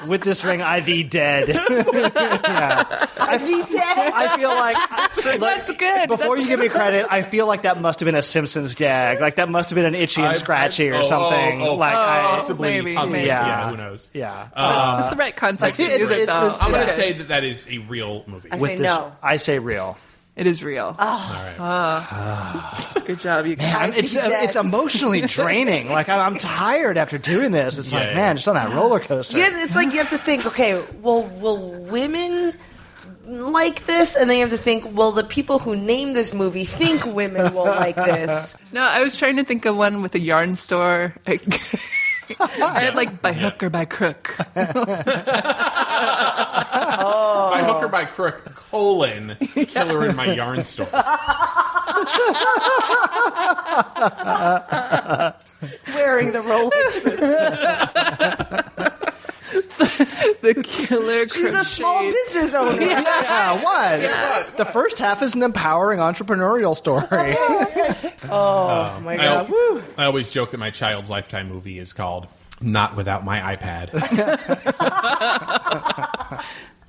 S3: With this ring, I be dead. [laughs] yeah. I be dead. I feel like,
S5: That's good.
S3: Before
S5: That's-
S3: you give me credit, I feel like that must have been a Simpsons gag. Like that must have been an itchy and
S4: I've-
S3: scratchy
S4: I've-
S3: or
S4: oh,
S3: something.
S4: oh, oh,
S3: like I,
S4: possibly,
S5: maybe,
S4: possibly,
S5: maybe.
S4: Yeah.
S3: Yeah.
S4: who knows?
S3: yeah.
S4: Uh,
S5: That's the right context.
S3: it's-
S5: to use it,
S3: it's-
S5: though.
S3: it's-
S4: I'm gonna
S5: Okay.
S4: say that that is a real movie.
S2: I
S3: With
S2: say
S3: this,
S2: no.
S3: I say real.
S5: it is real. Ah.
S4: Ah.
S5: Good job,
S4: [laughs]
S5: you guys.
S3: And it's
S2: be dead.
S3: it's emotionally draining. Like I'm, I'm tired after doing this. It's like
S4: Yeah.
S3: man, just on that roller coaster.
S2: You have- it's like you have to think, okay, well, will women like this? And then you have to think, will the people who name this movie think women will like this?
S5: No, I was trying to think of one with a yarn store. [laughs] I had like by hook or by crook.
S4: By hook or by crook, colon
S3: [laughs]
S4: killer in my yarn store.
S2: Wearing the [laughs] Rolex.
S5: The killer.
S2: She's a small
S5: crocheted-
S2: business owner.
S3: Yeah, what? The first half is an empowering entrepreneurial story.
S2: Oh my
S4: I,
S2: God. Woo.
S4: I always joke that my child's lifetime movie is called "Not Without My iPad."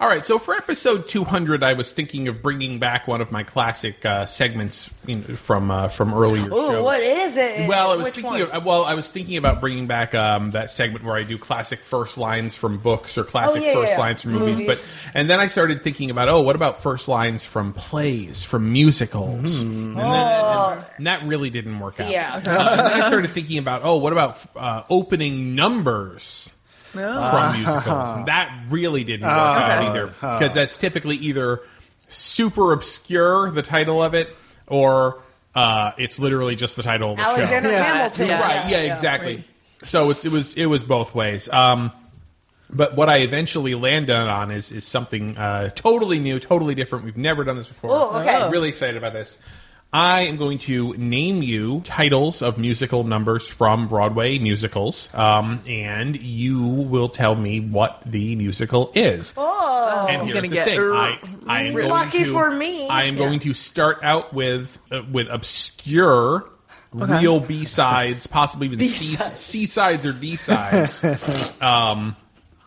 S4: All right, so for episode 200, I was thinking of bringing back one of my classic uh, segments you know, from uh, from earlier
S2: Ooh,
S4: shows.
S2: Oh, what is it?
S4: Well, I was
S2: Which
S4: thinking.
S2: one?
S4: Of, well, I was thinking about bringing back um, that segment where I do classic first lines from books or classic
S2: Oh, yeah,
S4: first
S2: yeah, yeah.
S4: lines from movies.
S2: Movies.
S4: But and then I started thinking about oh, what about first lines from plays, from musicals?
S2: Mm-hmm.
S4: And, then, and- and that really didn't work out.
S2: Oh. Yeah.
S4: Uh, and then I started thinking about oh, what about uh, opening numbers?
S2: Ah.
S4: From musicals, and that really didn't work out either because that's typically either super obscure, the title of it, or uh, it's literally just the title of the show.
S2: Alexander
S3: Yeah.
S2: Hamilton.
S5: Yeah.
S4: Right. Yeah. exactly. So it's, it was it was both ways. Um, but what I eventually landed on is is something uh, totally new, totally different. We've never done this before.
S2: Oh, okay.
S4: I'm really excited about this. I am going to name you titles of musical numbers from Broadway musicals, um, and you will tell me what the musical is.
S2: Oh,
S4: And here's
S5: gonna
S4: the
S5: get
S4: thing:
S5: r-
S4: I, I am going
S2: Lucky
S4: to,
S2: for me.
S4: I am going to start out with uh, with obscure, real B sides, possibly even C
S2: B-sides.
S4: C sides or D sides, um,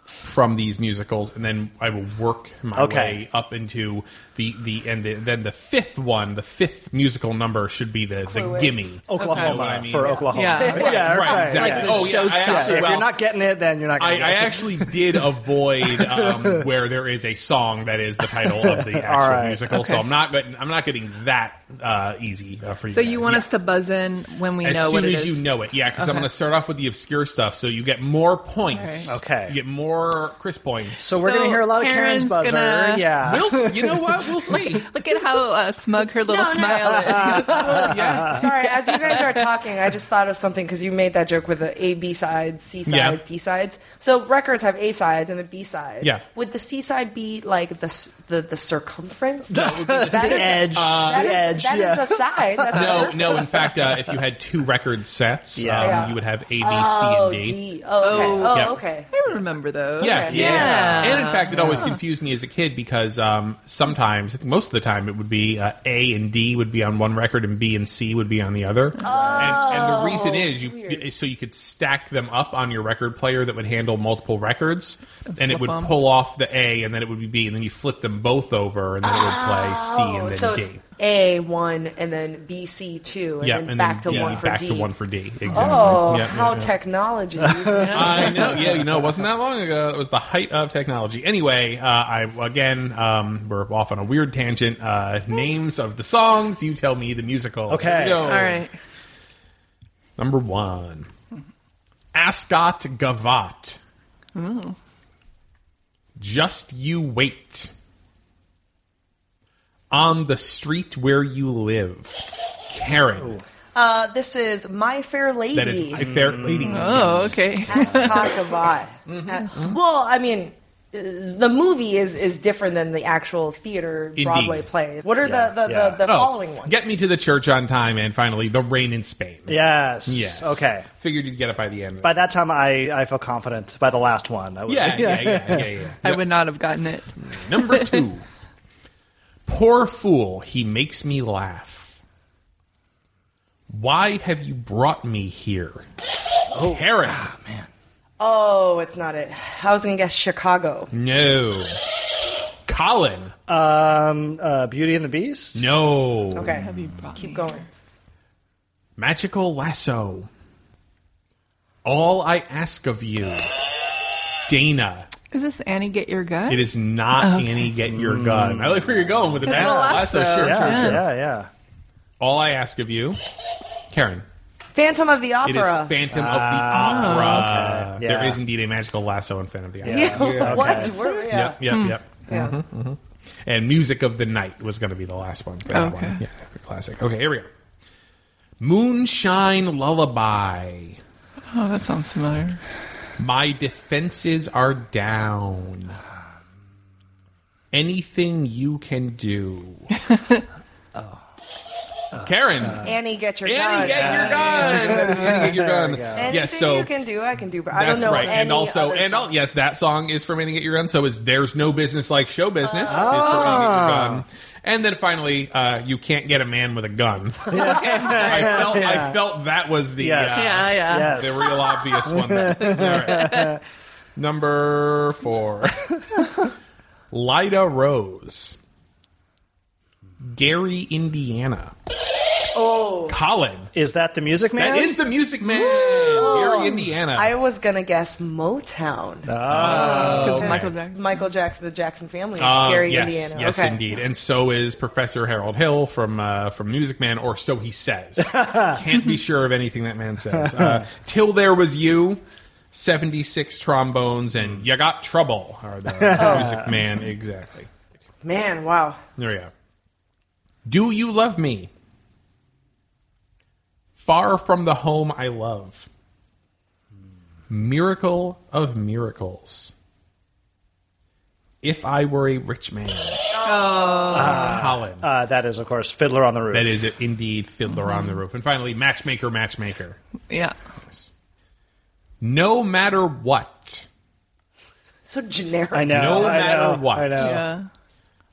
S4: from these musicals, and then I will work my
S3: Okay.
S4: way up into the the and the, then the fifth one, the fifth musical number should be the the gimme.
S3: Oklahoma
S4: You know what I mean?
S3: for Oklahoma.
S5: Yeah. Right,
S3: yeah,
S4: right,
S3: right,
S4: exactly.
S3: yeah.
S5: Like the
S4: oh, yeah, I
S5: showstopper.
S4: actually-
S3: if
S4: well,
S3: you're not getting it, then you're not. Gonna
S4: I,
S3: get
S4: I
S3: it.
S4: actually did avoid um, where there is a song that is the title
S3: [laughs]
S4: of the
S3: All
S4: actual
S3: right.
S4: musical, so I'm not getting, I'm not getting that uh, easy uh, for you.
S5: So you
S4: guys.
S5: want
S4: Yeah.
S5: us to buzz in when we
S4: as
S5: know
S4: soon
S5: what it
S4: as
S5: is?
S4: you know it, yeah, because I'm going to start off with the obscure stuff, so you get more points.
S5: All right.
S3: Okay.
S4: you get more Chris points.
S3: So we're
S5: So uh,
S3: gonna hear a lot of
S5: Karen's
S3: Karen's buzzer.
S5: gonna-
S3: Yeah.
S4: We'll, s- you know what?
S5: [laughs]
S4: We'll see.
S5: Look at how uh, smug her little
S2: No, no,
S5: smile is.
S4: [laughs] Yeah.
S2: [laughs] Sorry, as you guys are talking, I just thought of something because you made that joke with the A, B sides, C sides,
S4: Yeah.
S2: D sides. So records have A sides and the B sides.
S4: Yeah. [laughs]
S2: Would the C side be like the s- the, the circumference?
S3: the edge.
S2: Uh, that
S3: the
S2: is-
S3: edge. package,
S8: That
S3: yeah.
S8: is a side. That's a
S4: [laughs] No,
S8: surface.
S4: no. In fact, uh, if you had two record sets, um,
S3: Yeah.
S4: you would have A, B, C,
S8: Oh,
S4: and D.
S8: D. Oh, okay. Oh,
S4: yeah.
S8: okay.
S5: I remember those.
S4: Yeah,
S8: Okay.
S4: yeah,
S5: Yeah.
S4: And in fact, it always confused me as a kid because um, sometimes, I think most of the time, it would be uh, A and D would be on one record and B and C would be on the other.
S8: Oh.
S4: and, and the reason is you so you could stack them up on your record player that would handle multiple records, and, it
S5: flip
S4: would
S5: 'em.
S4: pull off the A, and then it would be B, and then you flip them both over, and then it would play C and
S8: Oh,
S4: then
S8: so
S4: D.
S8: it's A one and then B C two and
S4: yeah,
S8: then
S4: and
S8: back
S4: then
S8: to
S4: D,
S8: one for
S4: back
S8: D.
S4: to one for D. Exactly.
S8: Oh,
S4: Yeah,
S8: how
S4: yeah, yeah. [laughs]
S8: technology!
S4: I know. Yeah, you know, it wasn't that long ago. It was the height of technology. Anyway, uh, I again, um, we're off on a weird tangent. Uh, names of the songs. You tell me the musical.
S3: Okay.
S4: Here we go.
S5: All right.
S4: Number one, Ascot Gavat.
S5: Mm-hmm.
S4: Just you wait. On the street where you live, Karen.
S2: Uh, this is My Fair Lady.
S4: That is
S2: [laughs]
S4: my fair lady.
S5: Oh, okay.
S2: Kakavot.
S4: Mm-hmm.
S2: Well, I mean, uh, the movie is is different than the actual theater Broadway play. What are the the,
S3: yeah.
S2: the, the
S4: Oh,
S2: following ones?
S4: Get me to the church on time, and finally, the rain in Spain.
S3: Yes.
S4: Yes.
S3: Okay.
S4: Figured you'd get it by the end.
S3: By that time, I, I feel confident. By the last one, I would-
S4: yeah, yeah, yeah, yeah, [laughs] yeah.
S5: I would not have gotten it.
S4: [laughs] Number two. Poor fool, he makes me laugh. Why have you brought me here? Oh, Karen.
S2: oh, it's not it. I was gonna guess Chicago.
S4: Mm. No. Colin.
S3: Um, uh, Beauty and the Beast.
S4: No.
S2: Okay,
S5: Keep
S2: keep going.
S4: Magical lasso. All I ask of you, Dana.
S5: Is this Annie Get Your Gun?
S4: It is not Annie. Get your gun. I like where you're going with the magical
S5: lasso.
S4: lasso. Sure,
S3: Yeah,
S4: sure,
S3: yeah,
S4: sure.
S3: yeah.
S4: All I ask of you, Karen.
S2: Phantom of the
S4: It is
S2: Opera. [laughs]
S4: Phantom of the Opera.
S3: Ah, okay. Yeah.
S4: There is indeed a magical lasso in Phantom of the Opera.
S2: yeah, what?
S3: okay.
S2: We're- yeah.
S4: Yep,
S3: Hmm.
S4: Mm-hmm. yep, yep.
S2: Yeah.
S4: And Music of the Night was going to be the last one. For that
S5: Okay.
S4: one. Yeah, the classic. Okay, here we go. Moonshine Lullaby.
S5: oh, that sounds familiar.
S4: My defenses are down. Anything you can do.
S3: [laughs] Oh.
S4: Karen.
S2: Annie, get your gun.
S4: Annie, get your gun. That is Annie, get your gun.
S2: Anything
S4: Yes, so
S2: you can do, I can do. But I
S4: that's
S2: don't know
S4: right.
S2: any
S4: and also,
S2: other
S4: and al-
S2: songs.
S4: yes, that song is from Annie, get your gun. So is there's no business like show business. is from Annie, get
S2: Ah.
S4: your gun. And then finally, uh, you can't get a man with a gun. [laughs] I felt, I felt that was the
S3: Yes.
S4: uh,
S5: Yeah, yeah.
S3: Yes.
S4: the real obvious one.
S2: [laughs]
S4: There. All right. Number four. [laughs] Lida Rose. Gary, Indiana. Oh. Colin.
S3: Is that the Music Man?
S4: That is the music man. Gary, Indiana.
S2: I was gonna guess
S3: Oh.
S2: Motown.
S5: Because Michael Jackson.
S2: Michael Jackson, the Jackson family, is
S4: Uh,
S2: Gary,
S4: yes,
S2: Indiana.
S4: Yes,
S2: okay.
S4: indeed. And so is Professor Harold Hill from uh, from Music Man, or so he says. Can't be sure of anything that man says. Uh, Till there was you. 76 trombones and you got trouble are the music man exactly
S2: Man, wow.
S4: there we go do you love me far from the home i love miracle of miracles if i were a rich man Colin.
S3: Uh, that is, of course, Fiddler on the Roof.
S4: that is it, indeed Fiddler on the Roof. And finally, Matchmaker, Matchmaker.
S5: Yeah.
S4: No matter what,
S2: So generic.
S3: I know.
S4: No
S3: I
S4: matter
S3: know,
S4: what.
S3: I know.
S5: Yeah.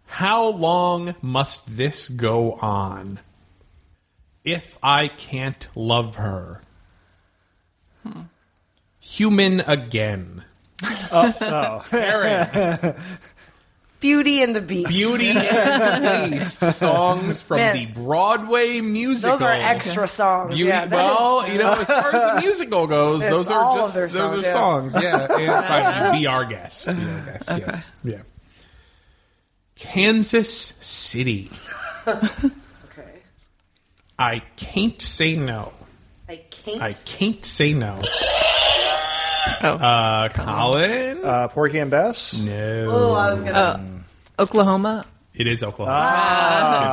S4: how long must this go on? If I can't love her, human again. [laughs] Oh, Aaron,
S2: Beauty and the Beast.
S4: [laughs] Beauty and the Beast songs from
S2: Man.
S4: the Broadway musical.
S2: Those are extra songs.
S4: Beauty.
S2: yeah, that is-
S4: well, you know, as far as
S2: [laughs]
S4: the musical goes,
S2: It's
S4: those
S2: all
S4: are
S2: of
S4: just
S2: their
S4: those
S2: songs,
S4: are
S2: yeah.
S4: songs.
S2: [laughs]
S4: Yeah, and finally, be our guest. Be our guest. Yes. Yeah. Kansas City.
S2: okay.
S4: I can't say no.
S2: I can't.
S4: I can't say no.
S5: Oh.
S4: Uh, Colin.
S3: Uh, Porgy and Bess.
S2: oh, I was gonna.
S5: Oklahoma.
S4: It is Oklahoma.
S3: Ah.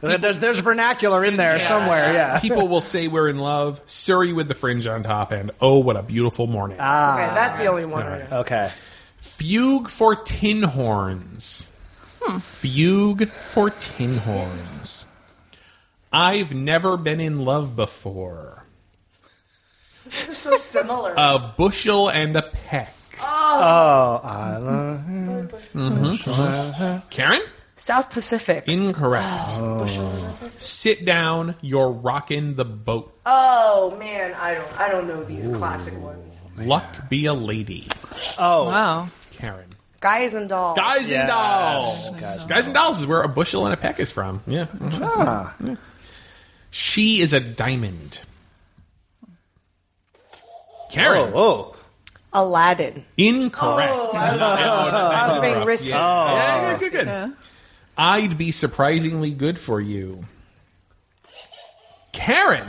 S4: Good job.
S3: There- There's there's vernacular in there somewhere. Yeah.
S4: People will say we're in love. Surrey with the fringe on top, and oh, what a beautiful morning.
S3: Ah.
S2: okay, that's the only one. Right. now.
S3: Okay.
S4: Fugue for tin
S3: Hmm.
S4: horns. Fugue for tin horns. I've never been in love before.
S2: These are so similar.
S4: A bushel and a peck.
S3: Oh, I love you.
S4: Mm-hmm. Karen?
S2: South Pacific.
S4: Incorrect.
S3: Oh.
S4: Oh. Sit down, you're rocking the boat.
S2: Oh man, I don't I don't know these classic ones.
S4: Luck be a lady.
S3: Oh,
S5: Wow.
S4: Karen.
S2: Guys and dolls.
S4: Guys and
S3: Yes.
S4: dolls.
S3: Guys
S4: Guys, and dolls is where a bushel and a peck is from. Yeah.
S3: ah,
S4: She is a diamond.
S3: oh,
S4: Karen.
S3: oh.
S2: Aladdin.
S4: Incorrect.
S2: I was being risky.
S4: Oh,
S3: Oh.
S4: Yeah, good, good, good.
S5: Yeah.
S4: I'd be surprisingly good for you. Karen.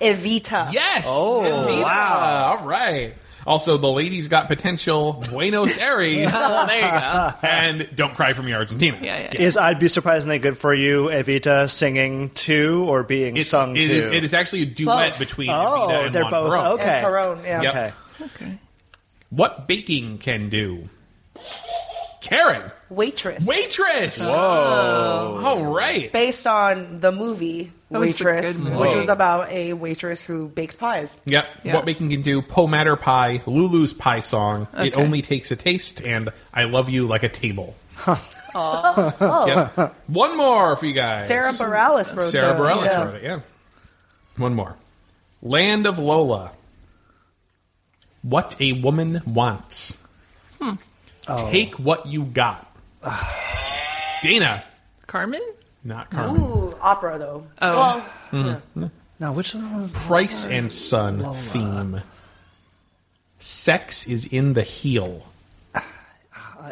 S2: Evita.
S4: Yes.
S3: Oh,
S4: Evita.
S3: wow.
S4: All right. Also, the lady's got potential.
S5: [laughs]
S4: Buenos Aires.
S5: Oh, there you go.
S4: and don't cry for me, Argentina.
S5: Yeah, yeah.
S3: Is I'd be surprisingly good for you, Evita, singing to or being
S4: It's,
S3: sung
S4: it
S3: to?
S4: is- it is actually a duet
S2: Both.
S4: between
S3: Oh,
S4: Evita and
S3: they're
S4: Juan
S3: both-
S4: Perón.
S3: okay.
S2: And Perone, yeah.
S4: Yep.
S3: okay.
S5: Okay.
S4: What baking can do? Karen.
S2: Waitress.
S4: Waitress. Whoa.
S5: Oh.
S4: All right.
S2: Based on the movie
S5: That was a good
S2: Waitress,
S5: movie.
S2: which
S4: Whoa.
S2: was about a waitress who baked pies.
S4: Yep.
S5: Yeah.
S4: What baking can do? Po Matter Pie, Lulu's Pie Song.
S5: Okay.
S4: It only takes a taste, and I love you like a table.
S5: Oh.
S2: [laughs]
S4: Yep. One more for you guys.
S2: Oh. Sarah Bareilles wrote
S4: Sarah
S2: the-
S4: Bareilles
S2: yeah.
S4: wrote it. Yeah. One more. Land of Lola. What a woman wants.
S2: Hmm.
S4: Take what
S2: [sighs]
S4: you got. Dana,
S5: Carmen?
S4: not Carmen.
S2: Ooh, opera though.
S5: Oh.
S2: Well,
S3: Now, which one? was-
S4: Price and Son theme. Sex is in the heel.
S3: I,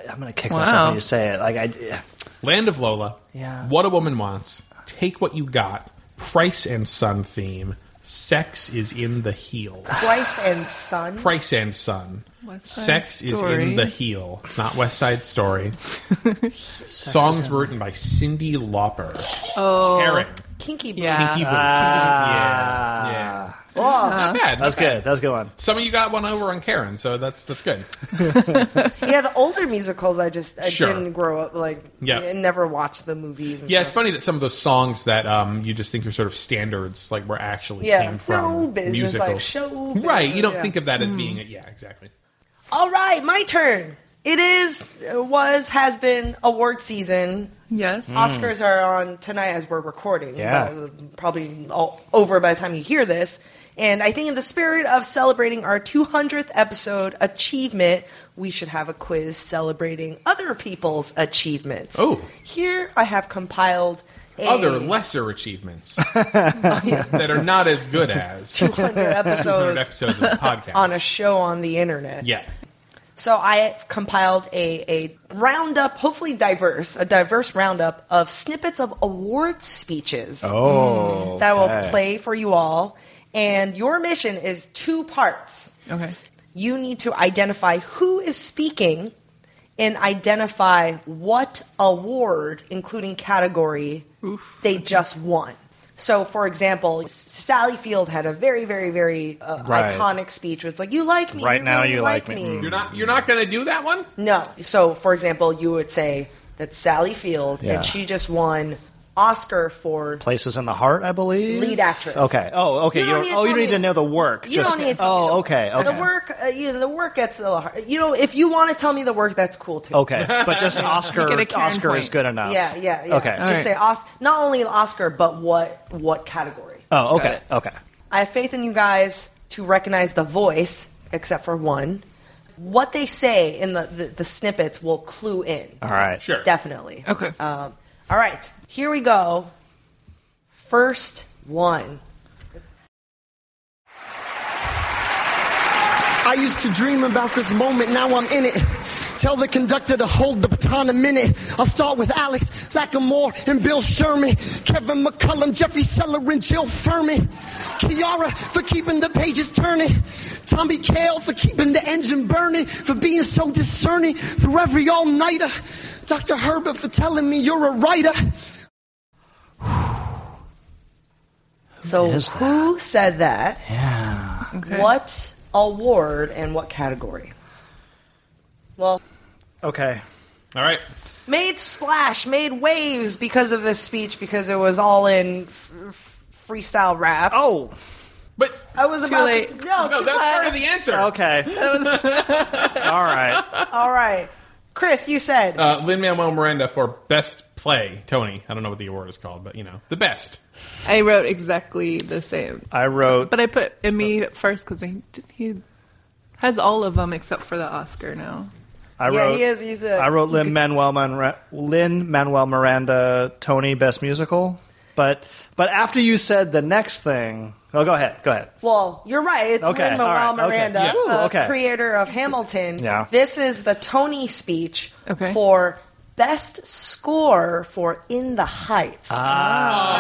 S3: I'm gonna kick
S5: Wow.
S3: myself when you say it. Like I,
S4: Land of Lola.
S3: Yeah.
S4: What a woman wants. Take what you got. Price and Son theme. Sex is in the heel.
S2: Twice and Son.
S4: Price and Son.
S5: West Side
S4: Sex is
S5: Story.
S4: in the heel. It's not West
S2: [laughs]
S4: Side Story. Songs were written by Cindy Lauper.
S5: Oh.
S4: Karen.
S2: Kinky boots.
S5: Yeah.
S4: Pinky Boots. yeah. Yeah.
S2: Uh-huh.
S4: Not bad.
S3: Ah. Oh. that's
S4: not bad.
S3: good. That's a good one.
S4: Some of you got one over on Karen, so that's that's good.
S2: Yeah, the older musicals I just I
S4: Sure.
S2: didn't grow up like
S4: Yeah.
S2: and never watched the movies. And
S4: Yeah, it's
S2: stuff.
S4: funny that some of those songs that um, you just think are sort of standards, like were actually
S2: Yeah,
S4: came from
S2: no business,
S4: musicals.
S2: like, show
S4: right?
S2: business,
S4: You don't
S2: yeah. Mm.
S4: think of that as being a, yeah, exactly.
S2: All right, my turn. It is was has been award season.
S5: Yes.
S4: Mm.
S2: Oscars are on tonight as we're recording.
S3: Yeah.
S2: Uh, probably all over by the time you hear this. And I think, in the spirit of celebrating our 200th episode achievement, we should have a quiz celebrating other people's achievements.
S4: Oh.
S2: Here I have compiled a
S4: Other
S2: [laughs]
S4: lesser achievements
S2: Oh,
S4: that are not as good as [laughs]
S2: 200
S4: 100
S2: episodes
S4: episodes of the podcast
S2: on a show on the internet.
S4: Yeah,
S2: So I compiled a, a roundup, hopefully diverse, a diverse roundup of snippets of award speeches
S3: Oh,
S2: that will play for you all. And your mission is two parts.
S5: Okay.
S2: You need to identify who is speaking and identify what award, including category, they just won. So, for example, Sally Field had a very, very, very uh,
S3: Right.
S2: iconic speech. Where it's like, "You like me,
S3: Right
S2: you
S3: now
S2: really
S3: you like me."
S4: you're not you're not going to do that one.
S2: no. So, for example, you would say that Sally Field,
S3: Yeah.
S2: and she just won Oscar for.
S3: Places in the Heart, I believe.
S2: Lead actress.
S3: Okay. Oh, okay.
S2: You
S3: You
S2: don't
S3: don't,
S2: need to
S3: oh, you
S2: tell
S3: don't need
S2: me-
S3: to know the work.
S2: You
S3: Just,
S2: don't need to tell me
S3: Oh,
S2: the-
S3: okay. Okay.
S2: The work, uh, you know, the work gets a little hard. You know, if you want to tell me the work, that's cool too.
S3: Okay, but
S5: [laughs]
S3: just Oscar.
S5: get a Karen
S3: Oscar is
S5: point.
S3: good enough.
S2: Yeah, yeah, yeah.
S3: Okay.
S2: Just
S5: Alright.
S2: say Os- not only Oscar, but what what category?
S3: Oh,
S5: Got
S3: okay.
S5: it.
S3: Okay.
S2: I have faith in you guys to recognize the voice, except for one. What they say in the the, the snippets will clue in.
S3: All right.
S4: Sure.
S2: Definitely.
S5: Okay.
S2: Um, all right. Here we go. First one.
S9: I used to dream about this moment, now I'm in it. Tell the conductor to hold the baton a minute. I'll start with Alex Lackamore and Bill Sherman, Kevin McCullum, Jeffrey Seller, and Jill Furman, Kiara for keeping the pages turning, Tommy Kale for keeping the engine burning, for being so discerning through every all nighter, Dr. Herbert for telling me you're a writer.
S2: So
S3: is that?
S2: who said that?
S5: Okay.
S2: What award and what category? Well,
S3: Okay.
S4: All right,
S2: made splash, made waves because of this speech because it was all in f- f- freestyle rap.
S3: Oh,
S4: but
S2: I was about to no,
S4: No,
S2: too
S4: that's
S2: late.
S4: part of the answer.
S3: Oh,
S5: [laughs]
S3: Okay. [laughs] All right.
S2: All right, Chris, you said
S4: Uh, Lin Manuel Miranda for best play. Tony, I don't know what the award is called, but you know, the best.
S5: I wrote exactly the same.
S3: I wrote.
S5: But I put Emmy first because he, he has all of them except for the Oscar now.
S3: I
S5: Yeah,
S3: wrote.
S5: he is- he's a-
S3: I wrote
S5: you
S3: Lin Manuel Manra- Lin Manuel Miranda Tony Best Musical, but but after you said the next thing, oh, go ahead, go ahead.
S2: Well, you're right. It's
S3: Okay,
S2: Lin Manuel
S3: all right, okay,
S2: Miranda,
S3: yeah. Ooh,
S2: the
S3: okay.
S2: creator of Hamilton.
S3: Yeah.
S2: This is the Tony speech for best score for In the Heights.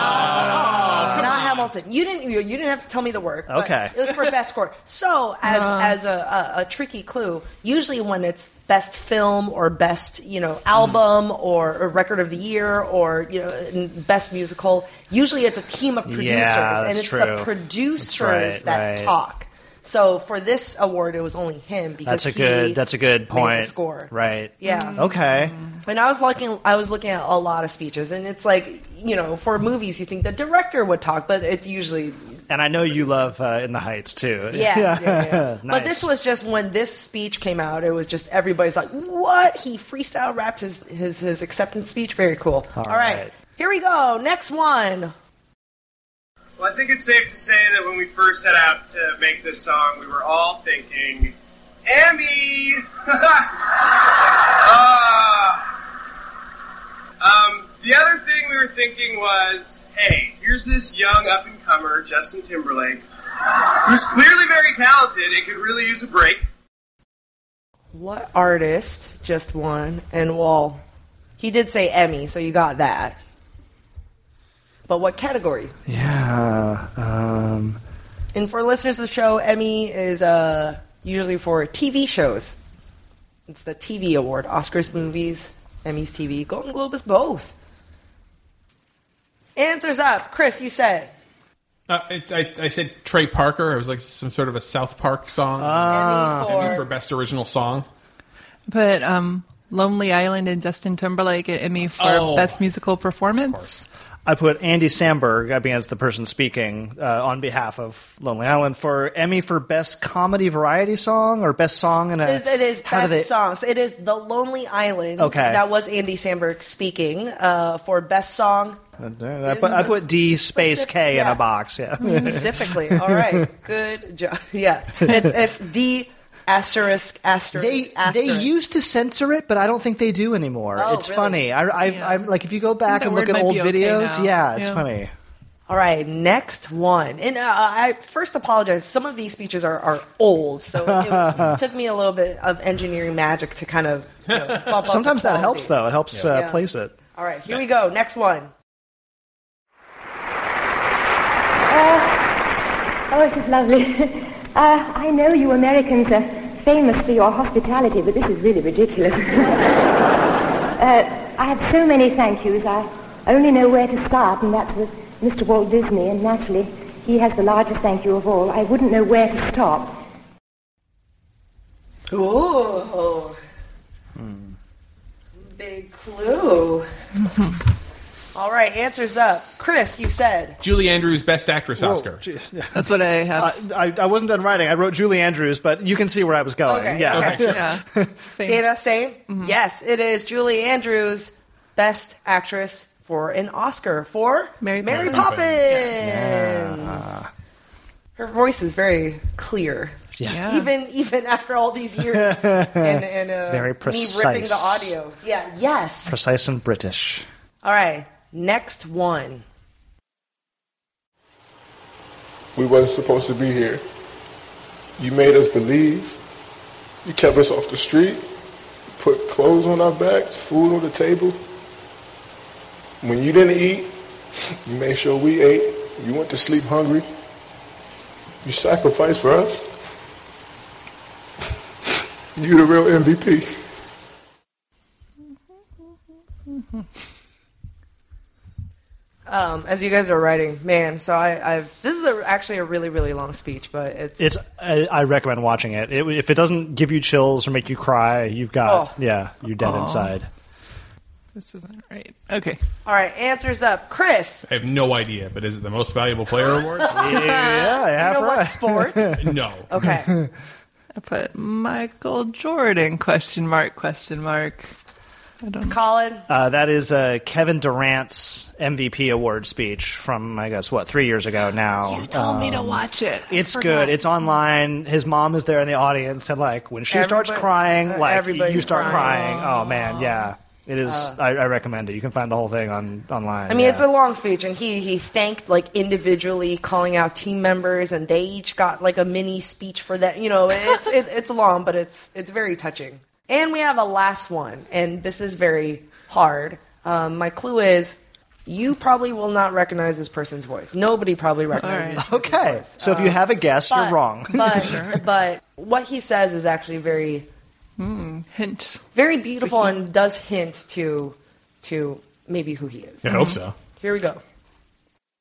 S2: Ah. Not Hamilton. You didn't. You, you didn't have to tell me the word. but
S3: Okay.
S2: It was for best score. So, as
S5: Ah.
S2: as a, a, a tricky clue, usually when it's best film or best you know album
S3: Mm.
S2: or, or record of the year or you know n- best musical, usually it's a team of producers
S3: Yeah,
S2: and
S3: that's
S2: it's
S3: true.
S2: the
S3: That's
S2: producers
S3: right,
S2: that
S3: right.
S2: talk. So for this award, it was only him because
S3: That's a
S2: he
S3: good. That's a good
S2: made the
S3: point.
S2: score.
S3: right? Mm-hmm. Oh.
S2: Yeah.
S3: Okay.
S2: And I was looking, I was looking at a lot of speeches, and it's like you know, for movies, you think the director would talk, but it's usually
S3: And I know you love uh, In the Heights too.
S2: Yes, yeah,
S3: nice. [laughs]
S2: But this was just when this speech came out. It was just everybody's like, "What? He freestyle rapped his his, his acceptance speech. Very cool." All right. here we go. Next one.
S10: Well, I think it's safe to say that when we first set out to make this song, we were all thinking, Emmy! [laughs] Ah. um, the other thing we were thinking was, hey, here's this young up and comer, Justin Timberlake, who's clearly very talented and could really use a break.
S2: What artist just won? And well, he did say Emmy, so you got that. But what category?
S3: Yeah. Um,
S2: And for listeners of the show, Emmy is uh, usually for TV shows. It's the TV award. Oscars, movies, Emmys, TV, Golden Globe is both. Answers up. Chris, you said.
S4: Uh, it's, I, I said Trey Parker. It was like some sort of a South Park song.
S5: Ah. Emmy for-
S4: Emmy for best original song.
S5: But um, Lonely Island and Justin Timberlake and Emmy for
S3: Oh.
S5: Best Musical Performance.
S3: I put Andy Samberg, I mean, as the person speaking uh, on behalf of Lonely Island, for Emmy for Best Comedy Variety Song or Best Song in a.
S2: Is- it is
S3: how do
S2: best
S3: they-
S2: songs. It is The Lonely Island.
S3: Okay.
S2: That was Andy Sandberg speaking uh, for best song
S3: Uh, I put, I put D space K in a box. [laughs] Yeah.
S2: specifically. All right. Good job. [laughs] Yeah. It's, it's D asterisk asterisk
S3: They
S2: asterisk.
S3: they used to censor it, but I don't think they do anymore.
S2: Oh,
S3: it's
S2: really?
S3: funny. I, I, I'm like if you go back
S2: that
S3: and look at
S2: word might
S3: old
S2: be okay
S3: videos,
S2: now.
S3: yeah, it's
S2: Yeah.
S3: funny.
S2: All right, next one. And uh, I first apologize. Some of these speeches are, are old, so
S3: [laughs]
S2: it took me a little bit of engineering magic to kind of. You know, bump up the
S3: Sometimes that
S2: quality.
S3: helps though. It helps
S2: Yeah.
S3: uh,
S2: Yeah.
S3: place it.
S2: All right, here we go. Next one.
S11: Oh, this is lovely. [laughs] Uh, I know you Americans are famous for your hospitality, but this is really ridiculous. [laughs] uh, I have so many thank yous. I only know where to start, and that's with Mr. Walt Disney, and naturally, he has the largest thank you of all. I wouldn't know where to stop.
S2: Ooh.
S3: [laughs]
S2: Big clue. All right, answers up. Chris, you said.
S4: Julie Andrews, best actress
S3: Whoa,
S4: Oscar.
S5: That's what I [laughs] have.
S3: Uh, I, I wasn't done writing. I wrote Julie Andrews, but you can see where I was going.
S2: Okay,
S3: Yeah.
S2: okay. Dana, same? Yes, it is Julie Andrews, Best Actress for an Oscar for Mary, Poppins.
S5: Poppins.
S2: Her voice is very clear.
S3: Yeah.
S2: Even even after all these
S3: [laughs]
S2: years and, and uh,
S3: Very
S2: me ripping the
S3: precise.
S2: audio. Yeah,
S3: [laughs]
S2: yes.
S3: Precise and British.
S2: All right, next one.
S12: We wasn't supposed to be here. You made us believe. You kept us off the street. Put clothes on our backs, food on the table. When you didn't eat, [laughs] you made sure we ate. You went to sleep hungry. You sacrificed for us. [laughs] You the real MVP.
S2: Um, as you guys are writing, man. So I, I've this is a, actually a really really long speech, but it's
S3: It's. I, I recommend watching it. it. If it doesn't give you chills or make you cry, you've got.
S2: Oh.
S3: Yeah, you're dead
S2: Aw.
S3: inside.
S5: This isn't right. Okay.
S2: All right, answers up. Chris.
S4: I have no idea, but is it the most valuable player award?
S2: Yeah, You half know what right. sport?
S3: [laughs]
S4: no.
S2: Okay.
S5: I put Michael Jordan question mark question mark. I don't
S2: Colin.
S3: Uh, that is uh, Kevin Durant's MVP award speech from, I guess, what, three years ago now. You
S5: told me to watch it. I
S3: It's
S5: forgot.
S3: good. It's online. His mom is there in the audience, and like when she starts
S5: Everybody-
S3: crying,
S5: uh,
S3: like
S5: everybody's
S3: you start
S5: crying.
S3: crying. Oh man, yeah. It is.
S2: Uh.
S3: I, I recommend it. You can find the whole thing on online.
S2: I mean,
S3: yeah.
S2: it's a long speech, and he he thanked like individually, calling out team members, and they each got like a mini speech for that. You know, it's it, it's long, but it's it's very touching. And we have a last one, and this is very hard. Um, my clue is you probably will not recognize this person's voice. Nobody probably recognizes. this person's [laughs]
S3: okay.
S2: voice.
S3: So if you
S2: Um,
S3: have a guess, [laughs]
S2: but-
S3: you're wrong.
S2: [laughs] but but what he says is actually very
S5: hint,
S2: very beautiful, and does hint to to maybe who he is.
S13: I hope so.
S2: Here we go.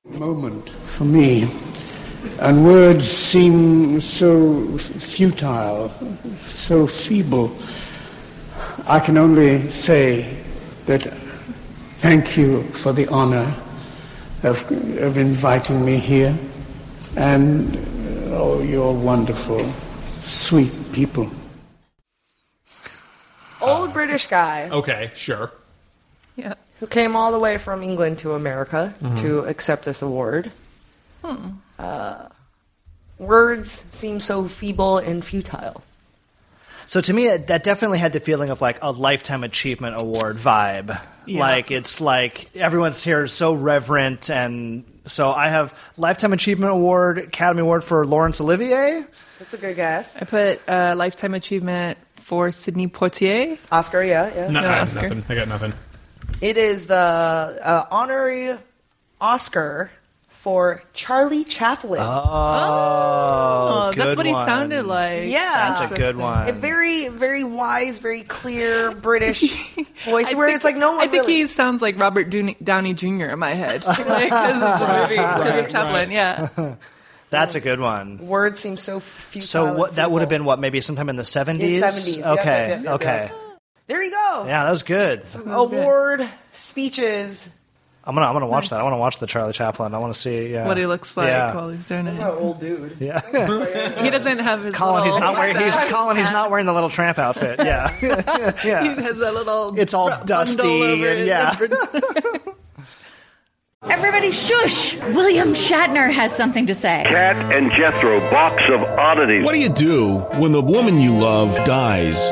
S13: moment for me, and words seem so f- futile, so feeble. I can only say that thank you for the honor of, of inviting me here, and oh, you're wonderful, sweet people.
S2: Old British guy
S4: Okay, sure.
S5: Yeah.
S2: who came all the way from England to America
S3: Mm-hmm.
S4: Mhm.
S2: to accept this award. Uh, words seem so feeble and futile.
S3: So to me, it, that definitely had the feeling of like a lifetime achievement award vibe.
S2: Yeah.
S3: Like it's like everyone's here is so reverent, and so I have lifetime achievement award, Academy Award for Laurence Olivier.
S2: That's a good guess.
S5: I put uh, lifetime achievement for Sidney Poitier.
S2: Oscar, yeah, yeah.
S4: No, I have nothing. I got nothing.
S2: It is the uh, honorary Oscar for Charlie Chaplin.
S3: Oh,
S5: Oh, that's good what he one. sounded like.
S2: Yeah,
S3: That's a good one.
S2: A very, very wise, very
S3: [laughs]
S2: clear British voice, where it's like no one.
S5: I think
S2: really-
S5: he sounds like Robert Dooney, Downey Jr. in my head. [laughs]
S3: [laughs]
S5: Like, this is the movie, Charlie Chaplin. Yeah.
S3: that's a good one.
S2: Words seem so futile.
S3: So
S2: and
S3: what that would have been what maybe sometime in the seventies.
S2: 70s, yeah,
S3: Okay,
S2: yeah, yeah,
S3: okay,
S2: There you go.
S3: yeah, that was good.
S2: Award speeches.
S3: I'm gonna I'm gonna watch that. I want to watch the Charlie Chaplin. I want to see yeah.
S5: What he looks like
S3: Yeah.
S5: while he's doing it.
S2: He's an old dude.
S3: Yeah.
S5: [laughs] he doesn't have his.
S3: Colin, he's
S5: little-
S3: not wearing. He's Colin. He's not wearing the little tramp outfit.
S5: [laughs]
S3: Yeah, yeah.
S5: He has that little.
S3: It's all dusty
S5: over
S3: and
S5: his-
S3: yeah.
S14: Everybody, shush! William Shatner has something to say.
S15: Cat and Jethro, box of oddities.
S16: What do you do when the woman you love dies?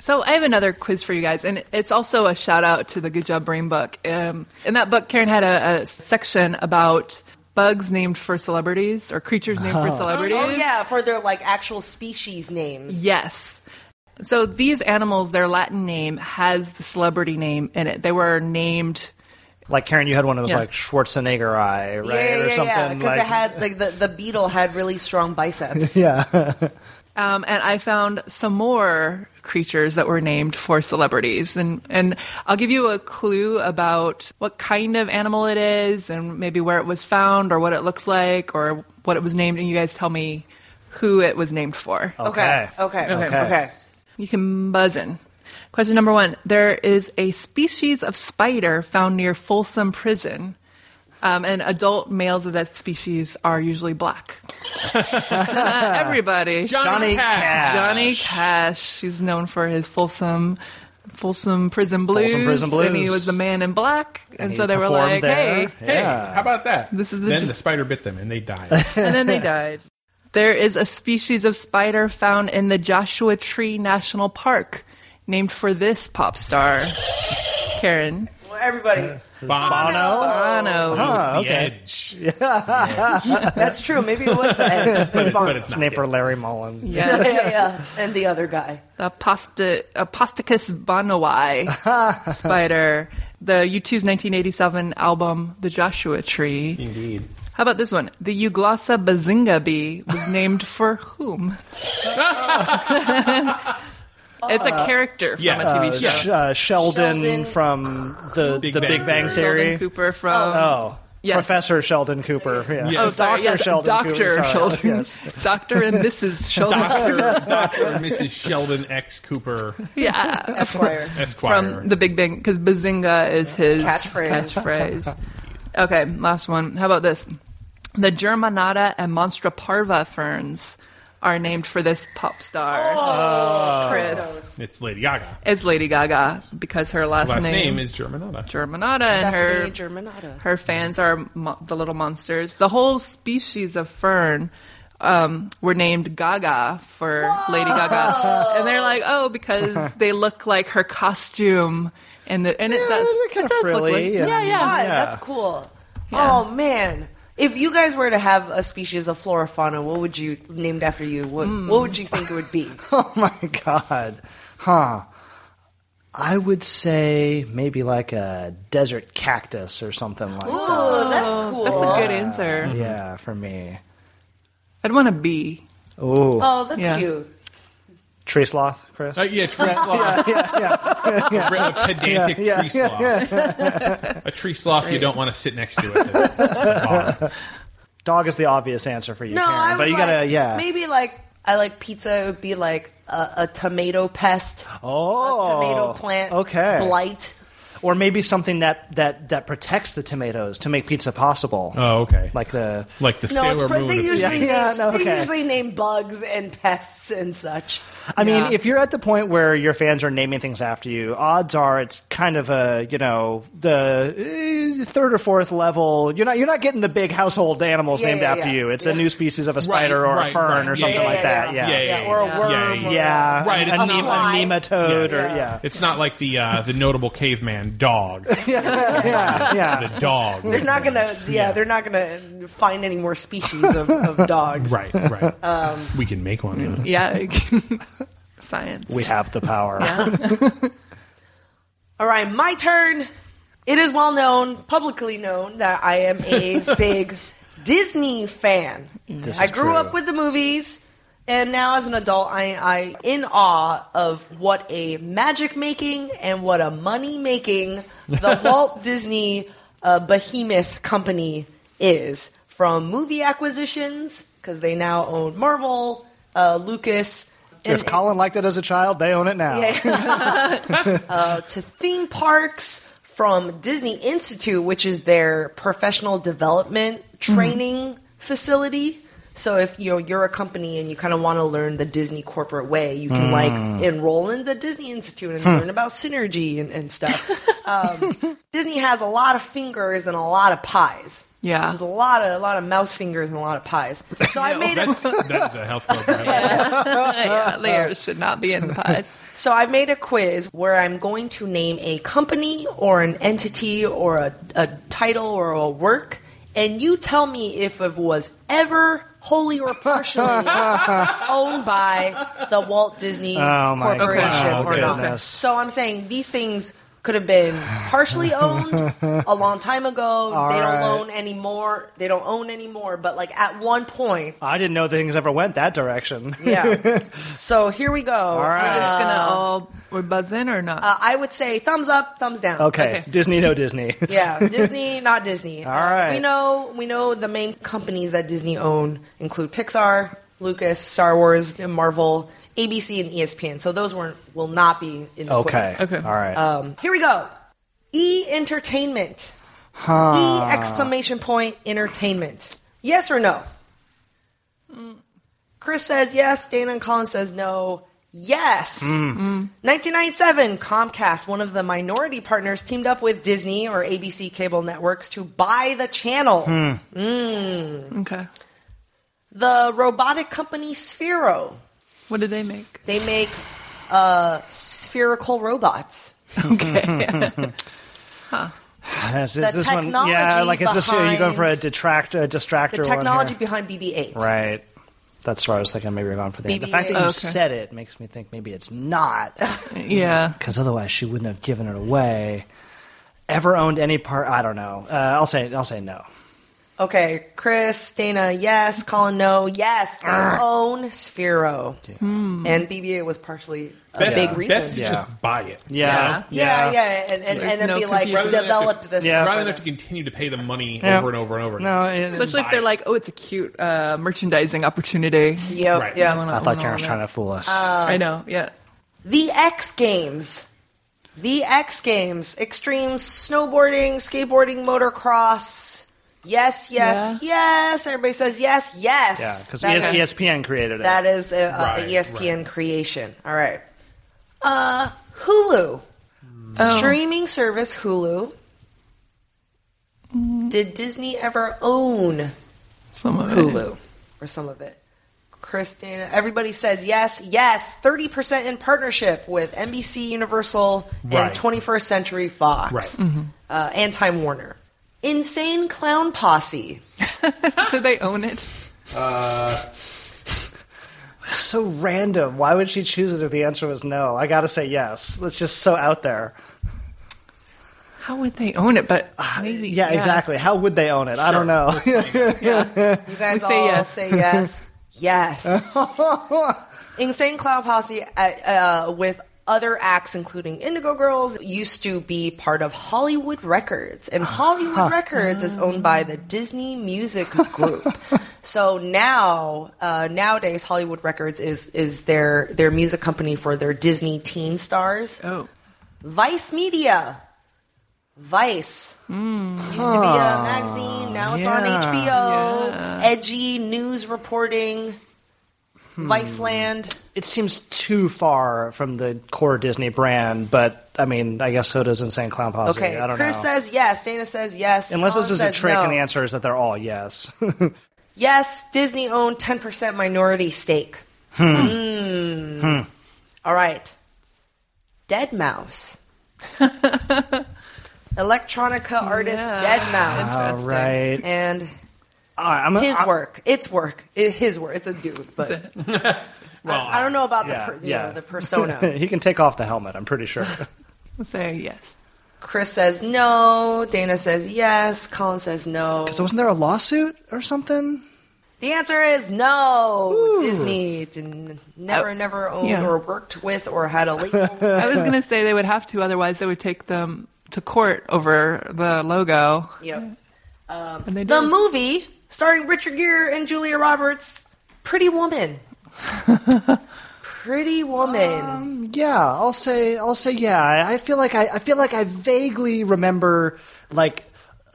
S5: So I have another quiz for you guys, and it's also a shout out to the Good Job Brain book. Um, in that book, Karen had a, a section about bugs named for celebrities or creatures named
S3: Uh-huh.
S5: for celebrities.
S2: Oh yeah, for their like actual species names.
S5: Yes. So these animals, their Latin name has the celebrity name in it. They were named.
S3: Like Karen, you had one that was
S5: Yeah.
S3: like Schwarzenegger eye, right,
S2: yeah, yeah,
S3: or something.
S2: yeah. Because
S3: like,
S2: it had like the, the beetle had really strong biceps.
S3: yeah.
S5: Um, and I found some more creatures that were named for celebrities. And, and I'll give you a clue about what kind of animal it is and maybe where it was found or what it looks like or what it was named. And you guys tell me who it was named for.
S2: Okay, okay, okay, okay.
S5: You can buzz in. Question number one There is a species of spider found near Folsom Prison. Um, and adult males of that species are
S3: [laughs]
S5: usually black. Everybody.
S3: Johnny Johnny Cash. Cash.
S5: Johnny Cash. He's known for his Folsom. Folsom Prison Blues.
S3: Folsom Prison
S5: And he
S3: Blues.
S5: was the man in black. And,
S3: he
S5: so they were
S3: performed
S5: like,
S3: there.
S5: hey,
S4: Hey, how about that?
S5: This is the
S4: then
S5: ju-
S3: [laughs]
S4: the spider bit them and they died.
S5: and then they died. There is a species of spider found in the Joshua Tree National Park, named for this pop star, Karen.
S2: Well, everybody.
S5: Bono.
S3: Ah,
S5: It's the
S3: okay. Yeah.
S2: That's true. Maybe it was the end. It was Bono.
S3: It's named
S4: [laughs]
S3: for Larry Mullen.
S2: [laughs] yeah, yeah, yeah. And the other guy.
S5: The Aposta- Apostacus bonoi
S3: [laughs]
S5: spider. The U2's 1987 album, The Joshua Tree.
S3: Indeed.
S5: How about this one? The Euglossa bazinga bee
S3: [laughs]
S5: was named for whom? it's a character from a TV
S3: Uh,
S5: show.
S3: Sh- uh, Sheldon,
S5: Sheldon-
S3: from the the Big Bang Theory.
S5: Sheldon Cooper from.
S3: Oh,
S5: Yes.
S3: Professor Sheldon Cooper. Yeah.
S5: Oh, sorry.
S3: Dr.
S5: yes,
S3: Sheldon
S5: Dr.
S3: Cooper. sorry,
S5: Sheldon.
S3: yes.
S5: [laughs] Dr. and Mrs. Sheldon.
S3: [laughs]
S4: Dr. Dr. and Mrs. Sheldon X. Cooper
S5: Yeah.
S4: Esquire. Esquire.
S5: From the Big Bang, because Bazinga is his
S4: Catchphrase.
S5: catchphrase. okay, last one. How about this? The Germanata and Monstra parva ferns are named for this pop star.
S4: Oh,
S5: Chris.
S4: It's Lady Gaga.
S5: It's Lady Gaga because her last,
S4: Last name is Germanata.
S5: Germanata, and her
S2: Stephanie Germanata.
S5: her fans are mo- the little monsters. The whole species of fern um, were named Gaga for Lady Gaga, and they're like, oh, because
S2: [laughs]
S5: they look like her costume, and the, and it does it does look like
S2: yeah,
S5: yeah yeah
S2: That's cool. Oh man. If you guys were to have a species of flora fauna, what would you named after you? What, what would you think it would be?
S3: [laughs] Oh my god. Huh. I would say maybe like a desert cactus or something like that.
S2: Oh, that's cool.
S5: That's a good answer.
S3: Yeah, for me.
S5: I'd want a bee.
S3: Ooh.
S2: Oh, that's
S5: Yeah.
S2: cute.
S3: Tree sloth, Chris?
S2: [laughs]
S4: Uh, yeah, tree sloth. A real pedantic
S3: Yeah, yeah,
S4: tree sloth. A tree sloth you don't want to sit next to it.
S3: Dog is the obvious answer for you,
S2: no,
S3: Karen.
S2: I would
S3: but you
S2: like,
S3: gotta, yeah.
S2: Maybe like I like pizza. It would be like a, a tomato pest.
S3: Oh,
S2: a tomato plant.
S3: okay.
S2: blight.
S3: Or maybe something that, that, that protects the tomatoes to make pizza possible.
S4: Oh, okay.
S3: Like the
S4: like the
S2: No, it's
S3: Sailor
S2: pr-
S3: Moon
S2: they
S3: of
S2: usually
S3: Yeah,
S2: name,
S3: yeah, no,
S2: they
S3: okay.
S2: usually name bugs and pests and such.
S3: I mean, if you're at the point where your fans are naming things after you, odds are it's kind of a you know the eh, third or fourth level. You're not you're not getting the big household animals
S2: Yeah,
S3: named
S2: yeah,
S3: after
S2: yeah.
S3: you. It's
S2: Yeah.
S3: a new species of a spider
S4: Right,
S3: or
S4: right,
S3: a fern
S4: right.
S3: or
S4: Yeah,
S3: something
S4: yeah,
S3: like that. Yeah,
S4: yeah, yeah,
S2: or a
S4: yeah,
S2: worm
S4: yeah,
S2: or-
S3: Yeah.
S4: Right, it's
S3: a,
S4: not
S3: ne-
S4: like-
S3: a nematode
S4: Yeah.
S3: or yeah.
S4: It's not like the uh, the notable caveman dog.
S3: yeah,
S4: The dog.
S2: They're not gonna, yeah, they're not gonna find any more species of, of dogs.
S4: Right, right.
S2: Um,
S4: we can make one. you know.
S5: yeah [laughs] science. [laughs]
S2: [laughs]
S3: We have the power.
S2: all right, my turn. It is well known, publicly known, that I am
S3: [laughs]
S2: a big Disney fan.
S3: This
S2: I
S3: is
S2: grew up
S3: true.
S2: with the movies, and now as an adult, I, I in awe of what a magic making and what a money making
S3: [laughs]
S2: the Walt Disney uh, behemoth company is from movie acquisitions because they now own Marvel, uh, Lucas.
S3: [laughs]
S2: and-
S3: If Colin liked it as a child, they own it now.
S2: yeah. uh, to theme parks from Disney Institute, which is their professional development training facility. So if you know you're a company and you kind of want to learn the Disney corporate way, you can like enroll in the Disney Institute and
S8: Hmm.
S2: learn about synergy and, and stuff. um, Disney has a lot of fingers and a lot of pies.
S5: Yeah.
S2: there's a lot of a lot of mouse fingers and a lot of pies. So I made [laughs]
S4: That's,
S2: a
S4: that's a health club.
S5: yeah, they are- should not be in the pies.
S2: So I made a quiz where I'm going to name a company or an entity or a, a title or a work, and you tell me if it was ever wholly or
S3: [laughs]
S2: partially owned by the Walt Disney
S3: Oh, my
S2: Corporation
S3: God.
S2: or not.
S3: Goodness.
S2: So I'm saying these things could have been partially owned
S3: [laughs]
S2: a long time ago.
S3: All
S2: they
S3: right.
S2: don't own anymore. They don't own anymore. But like at one point,
S3: I didn't know things ever went that direction.
S2: Yeah. so here we go. All
S3: right.
S5: We're just gonna
S2: Uh,
S5: all we're buzzing or not?
S2: Uh, I would say thumbs up, thumbs down.
S3: okay. Disney, no Disney. [laughs]
S2: yeah, Disney, not Disney.
S3: All right.
S2: We know we know the main companies that Disney own include Pixar, Lucas, Star Wars, and Marvel, ABC, and E ESPN. So those weren't will not be in the
S3: Okay.
S2: quiz.
S3: Okay. All right.
S2: Um, here we go. E Entertainment.
S3: Huh.
S2: E exclamation point Entertainment. Yes or no? Chris says yes. Dana and Colin says no. Yes.
S3: Mm-hmm.
S2: 1997, Comcast, one of the minority partners, teamed up with Disney or
S3: Hmm.
S2: ABC cable networks to buy the channel. Mm.
S5: Okay.
S2: the robotic company Sphero.
S5: What do they
S2: [laughs]
S5: make?
S2: They make uh, spherical robots.
S5: Okay. [laughs]
S2: huh.
S3: [sighs] Is,
S2: The
S3: is this one? Yeah,
S2: technology
S3: like is this? Are you going
S2: behind-
S3: for a detractor, a distractor?
S2: The technology
S3: one
S2: behind BB-8.
S3: here? Right. That's where I was thinking. Maybe we're going for the. The fact that you
S2: BB-8.
S3: said it makes me think maybe it's
S2: [laughs]
S3: not.
S5: Yeah.
S3: Because otherwise, she wouldn't have given it away. Ever owned any part? I don't know. Uh, I'll say. I'll say no.
S2: Okay, Chris, Dana, yes. Colin, no, yes. They own Sphero.
S3: Hmm.
S2: And BB-8 was partially a
S4: Best-
S2: big reason.
S4: best to Yeah. just buy it.
S2: Yeah. Yeah, yeah.
S4: Yeah.
S2: And, and,
S4: There's
S2: and then
S4: no
S2: be like,
S4: confusion.
S2: develop this.
S4: Yeah.
S2: for
S4: Rather than
S2: this.
S4: have to continue to pay the money
S5: Yeah.
S4: over and over and over. again.
S5: especially if they're like, oh, it's a cute uh, merchandising opportunity.
S2: Yep, Right. yeah.
S5: wanna
S3: I thought
S5: own
S3: Karen was
S5: all
S3: trying
S5: that.
S3: to fool us.
S2: Uh,
S5: I know. Yeah.
S2: The X Games. The X Games. Extreme snowboarding, skateboarding, motocross. Yes, yes, yes. Everybody says yes, yes.
S3: yeah, E because
S4: E
S2: That-
S3: ESPN created it.
S2: That is a, E a
S3: Right,
S2: ESPN creation. All right. Uh, Hulu. Streaming service Hulu. Did Disney ever own
S5: Some of
S2: Hulu or some of it? Christina, everybody says yes, yes. Thirty percent in partnership with NBC, Universal,
S17: Right.
S2: and 21st Century Fox, uh, and Time Warner. Insane Clown Posse.
S5: Do they own it?
S4: Uh,
S3: so random. Why would she choose it if the answer was no? I gotta say yes. That's just so out there.
S5: How would they own it? But maybe,
S3: yeah,
S5: yeah.
S3: exactly. How would they own it? I don't know.
S2: You guys
S5: We say
S2: all
S5: yes. [laughs]
S2: say yes. Yes. [laughs] Insane Clown Posse uh, uh, with other acts, including Indigo Girls, used to be part of Hollywood Records.
S5: [sighs]
S2: And Hollywood
S17: Huh.
S2: Records is owned by the Disney Music
S5: [laughs]
S2: Group. so now, uh, nowadays, Hollywood Records is, is their, their music company for their Disney teen stars.
S5: Oh.
S2: Vice Media. Vice. Used to be
S3: Ah,
S2: a magazine, now it's on
S17: Yeah.
S2: HBO. Edgy news reporting.
S3: Hmm.
S2: Viceland.
S3: It seems too far from the core Disney brand, but I mean, I guess so does Insane Clown Posse.
S2: Okay,
S3: I don't
S2: Chris
S3: know.
S2: says yes. Dana says yes.
S3: Unless
S2: Colin
S3: this is a
S2: says
S3: trick
S2: no.
S3: and the answer is that they're all yes. [laughs]
S2: yes, Disney owned ten percent minority stake.
S3: Hmm.
S2: Hmm.
S3: Hmm.
S2: All right.
S3: [laughs]
S2: Dead Mouse. Electronica artist
S17: Yeah.
S2: Dead Mouse.
S3: All right.
S2: And
S3: I'm a-
S2: his
S3: I'm-
S2: work. It's work. I- his work. It's a dude, but [laughs] I, I don't know about the per, you know, the persona.
S3: [laughs] he can take off the helmet, I'm pretty
S2: [laughs]
S3: sure.
S5: say yes.
S2: Chris says no. Dana says yes. Colin says no.
S3: Because wasn't there a lawsuit or something?
S2: The answer is no. Disney did n- never,
S5: Oh,
S2: never owned
S5: yeah.
S2: or worked with or had a label.
S5: I was gonna say they would have to, otherwise they would take them to court over the logo.
S2: Yep. Um,
S5: they
S2: the
S5: did.
S2: movie starring Richard Gere and Julia Roberts, Pretty Woman. Pretty Woman.
S3: Um, yeah, I'll say I'll say yeah. I, I feel like I, I feel like I vaguely remember like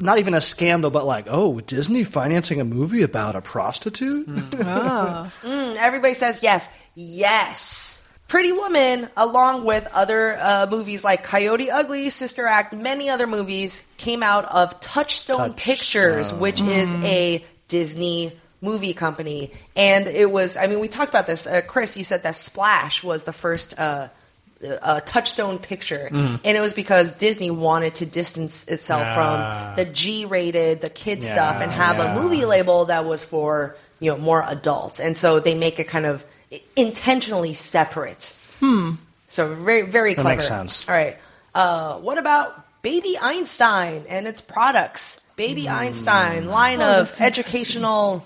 S3: not even a scandal, but like oh, Disney financing a movie about a prostitute.
S2: Hmm. Mm, [clears throat] everybody says yes. Yes. Pretty Woman, along with other uh, movies like Coyote Ugly, Sister Act, many other movies, came out of Touchstone, Pictures, which is a Disney movie company. And it was, I mean, we talked about this. Uh, Chris, you said that Splash was the first. Uh, uh touchstone picture,
S17: Mhm.
S2: and it was because Disney wanted to distance itself
S17: Ah.
S2: from the G-rated, the kid
S17: Yeah,
S2: stuff, and have
S17: yeah.
S2: a movie label that was for you know more adults, and so they make it kind of intentionally separate.
S5: Hmm.
S2: So very very
S3: That
S2: clever.
S3: makes sense.
S2: All right. Uh, what about Baby Einstein and its products? Baby Einstein line
S5: Oh,
S2: of
S5: that's
S2: educational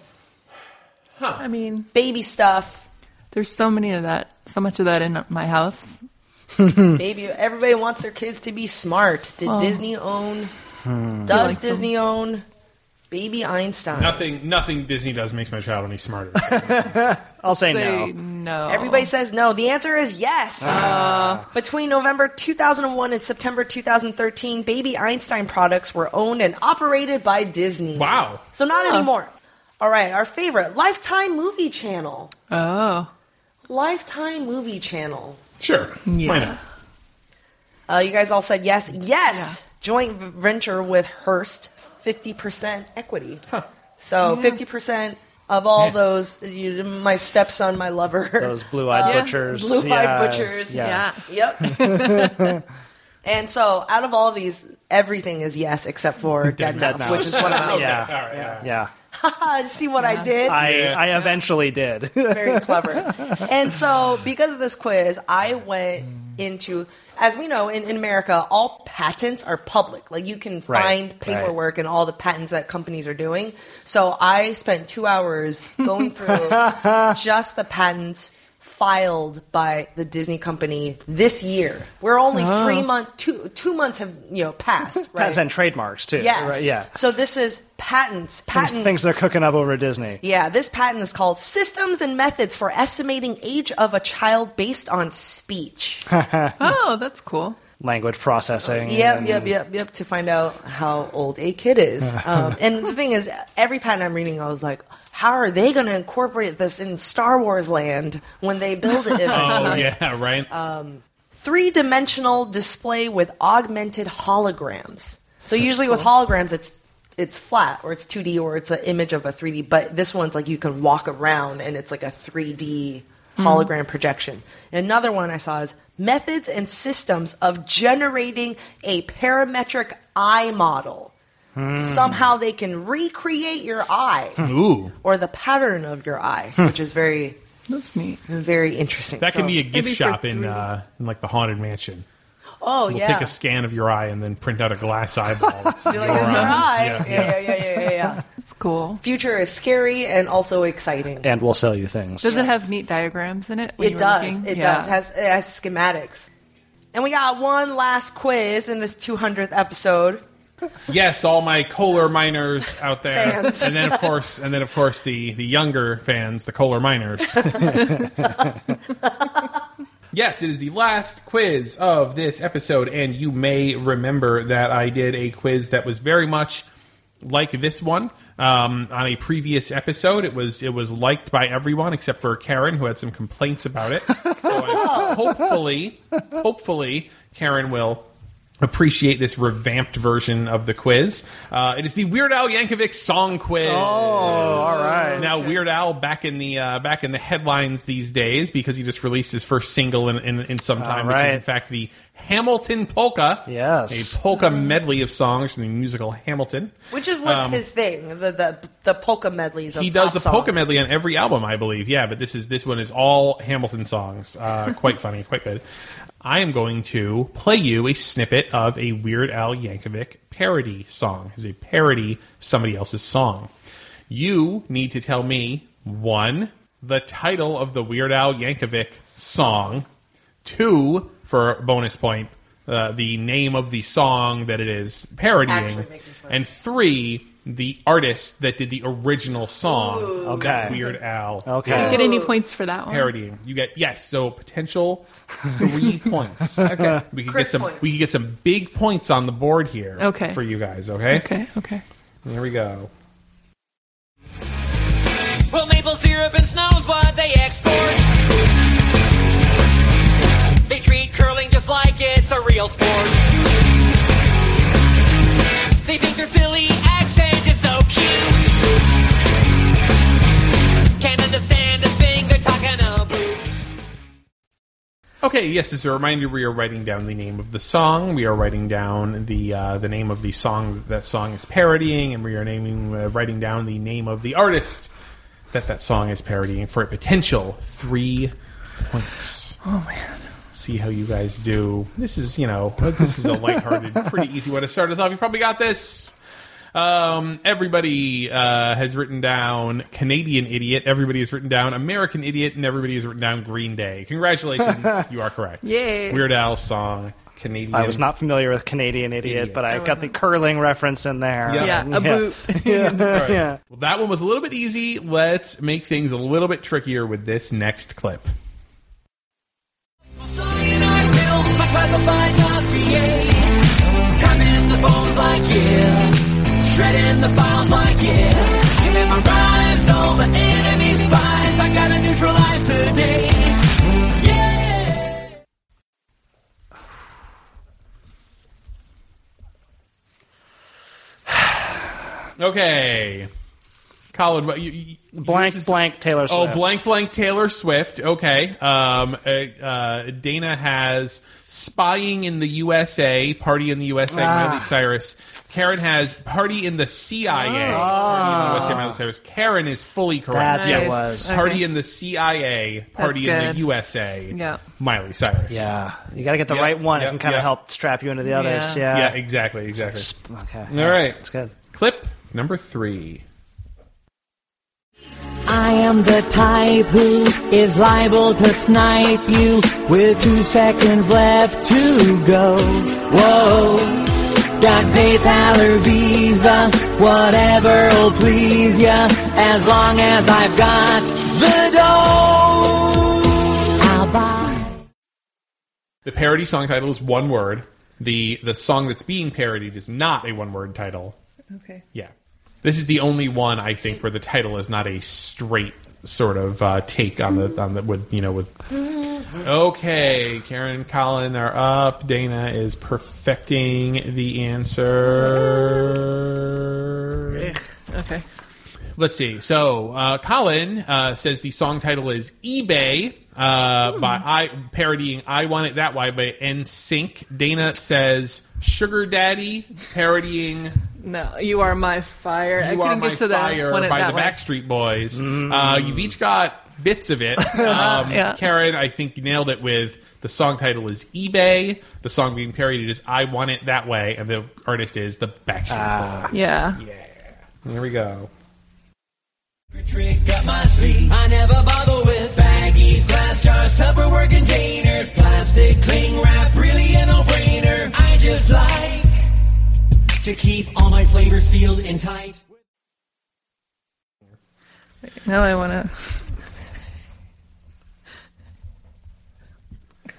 S5: I mean,
S2: baby stuff.
S5: There's so many of that, so much of that in my house.
S2: baby. Everybody wants their kids to be smart. Did
S5: Oh.
S2: Disney own?
S4: Hmm.
S2: Does
S4: Like them.
S2: Disney own Baby Einstein?
S4: nothing, nothing Disney does makes my child any smarter.
S3: I'll
S4: say
S2: Say
S5: no.
S2: Everybody says no. The answer is yes. Uh, Between November 2001 and September 2013, Baby Einstein products were owned and operated by Disney.
S4: Wow.
S2: So not
S5: Huh.
S2: anymore. All right, our favorite Lifetime Movie Channel.
S5: Oh,
S2: Lifetime Movie Channel.
S4: [laughs] Sure. Why not?
S2: Uh, you guys all said yes. Yes. Joint v- venture with Hearst, 50% equity. So
S17: Yeah.
S2: 50% of all those. You, my stepson, my lover,
S3: Those blue-eyed butchers.
S2: blue-eyed
S3: Yeah.
S2: butchers,
S3: Yeah.
S5: [laughs]
S2: yep. and so, out of all these, everything is yes except for Dead, Mouse,
S3: Mouse.
S2: which is what I'm.
S3: Okay,
S2: yeah.
S3: all right, all
S2: [laughs]
S3: right. yeah.
S2: Haha, [laughs] See what I did?
S3: I, I eventually did. [laughs]
S2: very clever. [laughs] And so, because of this quiz, I went into, as we know, in, in America, all patents are public. Like you can
S8: Right,
S2: find
S8: right.
S2: paperwork and all the patents that companies are doing. So I spent two hours going through just the patents filed by the Disney company this year. We're only
S3: Oh.
S2: three month, two two months have you know passed, right?
S3: Patents and trademarks too.
S2: Yes.
S3: Right, yeah.
S2: So this is patents.
S3: Things,
S2: Patent
S3: things they're cooking up over at Disney.
S2: yeah, this patent is called Systems and Methods for Estimating Age of a Child Based on Speech. Oh, that's cool.
S3: Language processing.
S2: Yep,
S3: and-
S2: yep, yep, yep, to find out how old a kid is.
S3: [laughs]
S2: Um, and the thing is, every patent I'm reading, I was like, how are they going to incorporate this in Star Wars land when they build
S3: [laughs]
S2: it eventually?
S4: Oh yeah, right.
S2: um, three dimensional display with augmented holograms. So usually with holograms, it's it's flat or it's 2D or it's an image of a 3D. But this one's like you can walk around and it's like a 3D
S4: Hmm.
S2: hologram projection. And another one I saw is methods and systems of generating a parametric eye model.
S4: Hmm.
S2: Somehow they can recreate your eye
S4: Ooh. Hmm.
S2: or the pattern of your eye, which is very that's neat, very interesting.
S4: That
S2: So-
S4: can be a gift shop in uh, in like the haunted mansion.
S2: Oh
S4: we'll
S2: yeah.
S4: take a scan of your eye and then print out a
S2: [laughs]
S4: glass eyeball. It's
S2: You're like, there's no
S4: your
S2: eye.
S4: eye.
S2: Yeah, yeah, yeah, yeah, yeah, yeah. It's cool. Future is scary and also exciting.
S3: And we'll sell you things.
S5: Does it have neat diagrams in it? when you
S2: it
S5: were
S2: does.
S5: looking?
S2: It
S5: Yeah.
S2: does. It has, it has schematics. And we got one last quiz in this 200th episode.
S4: Yes, all my Kohler miners out there,
S2: Fans.
S4: and then of course, and then of course the the younger fans, the
S2: [laughs]
S4: Kohler miners. yes, it is the last quiz of this episode, and you may remember that I did a quiz that was very much like this one um, on a previous episode. It was it was liked by everyone except for Karen, who had some complaints about it. hopefully, hopefully, Karen will appreciate this revamped version of the quiz. Uh, it is the Weird Al Yankovic song quiz. Oh, all
S3: right.
S4: Now Weird Al back in the uh, back in the headlines these days because he just released his first single in, in, in some time,
S3: All
S4: which
S3: right.
S4: is in fact the Hamilton polka. Yes, a polka medley of songs from the musical Hamilton,
S2: Which is was
S4: Um,
S2: his thing, the, the the polka medleys. Of
S4: he does
S2: pop
S4: the
S2: songs.
S4: polka medley on every album, I believe. Yeah, but this is this one is all Hamilton songs.
S3: [laughs]
S4: Uh, quite funny, quite good. I am going to play you a snippet of a Weird Al Yankovic parody song. It's a parody of somebody else's song. You need to tell me one the title of the Weird Al Yankovic song. Two for bonus point. Uh, the name of the song that it is parodying,
S3: Actually making
S4: and three, the artist that did the original song.
S3: Okay.
S4: that Weird Al.
S5: Do you
S4: is
S5: get any points for that one?
S4: Parodying. You get yes. So potential three points.
S5: Okay.
S4: We could
S5: Chris
S4: get some.
S5: points.
S4: We could get some big points on the board here.
S5: Okay.
S4: For you guys. Okay.
S5: Okay, okay.
S4: Here we go.
S6: Well, maple syrup and snow's what they export. They treat curling just like it's a real sport. They think their silly accent is so cute. Can't understand a thing they're talking about.
S4: Okay, yes, as a reminder, we are writing down the name of the song. We are writing down the uh, the name of the song that, that song is parodying, and we are naming uh, writing down the name of the artist that that song is parodying for a potential three points. Oh man, see how you guys do. This is you know this is a [laughs] lighthearted, pretty easy one to start us off. You probably got this. Um, everybody uh, has written down Canadian idiot. Everybody has written down American idiot, and everybody has written down Green Day. Congratulations, [laughs] you are correct.
S3: Yay.
S4: Weird Al song Canadian.
S3: I was not familiar with Canadian Idiot, but I got the curling reference in there. [laughs]
S4: Yeah.
S3: yeah.
S4: All right.
S3: yeah.
S4: Well, that one was a little bit easy. Let's make things a little bit trickier with this next clip.
S6: My puzzle by Dossier. Cramming the phones like yeah. Shredding the files like yeah. Memorized all the enemy spies. I gotta neutralize today.
S4: Okay. Colin, what- you, you,
S3: Blank, blank Taylor Swift.
S4: Oh, blank blank Taylor Swift. Okay. Um, uh, uh, Dana has spying in the USA, party in the USA,
S3: Ah.
S4: Miley Cyrus. Karen has party in the CIA,
S3: Ah.
S4: party in the USA, Miley Cyrus. Karen is fully correct.
S3: That's what it
S4: Yes.
S3: was.
S4: Party
S3: Okay.
S4: in the CIA, party
S3: That's
S4: in
S3: good.
S4: the USA.
S3: Yeah.
S4: Miley Cyrus.
S3: Yeah, you got to get the right one. it can kind of
S4: yep.
S3: help strap you into the others. Yeah.
S4: Yeah, exactly, exactly.
S3: Okay.
S4: All right.
S3: It's good.
S4: Clip number three.
S6: I am the type who is liable to snipe you with two seconds left to go. Whoa. Got PayPal or Visa, whatever'll please ya, as long as I've got the dough. I'll buy.
S4: The parody song title is one word. The the song that's being parodied is not a one word title.
S5: Okay.
S4: Yeah. This is the only one I think where the title is not a straight sort of uh, take on the on the with you know with Okay, Karen and Colin are up. Dana is perfecting the answer.
S5: Okay.
S4: Let's see. So, uh, Colin uh, says the song title is eBay uh, by I parodying "I Want It That Way" by NSYNC. Dana says "Sugar Daddy" parodying
S5: No, you are my fire. I
S4: "You
S5: couldn't
S4: Are My
S5: get to the
S4: Fire"
S5: one at
S4: by
S5: that
S4: the
S5: way.
S4: Backstreet Boys. Uh, you've each got bits
S5: [laughs]
S4: of it. Um,
S5: Uh-huh, Yeah.
S4: Karen, I think, nailed it with the song title is eBay. The song being parodied is "I Want It That Way," and the artist is the Backstreet
S5: Ah,
S4: Boys.
S5: Yeah.
S4: Here we go.
S6: Trick up my sleeve. I never bother with baggies, glass jars, Tupperware containers, plastic cling wrap. Really a no-brainer. I just like to keep all my flavors sealed and tight.
S5: Now I want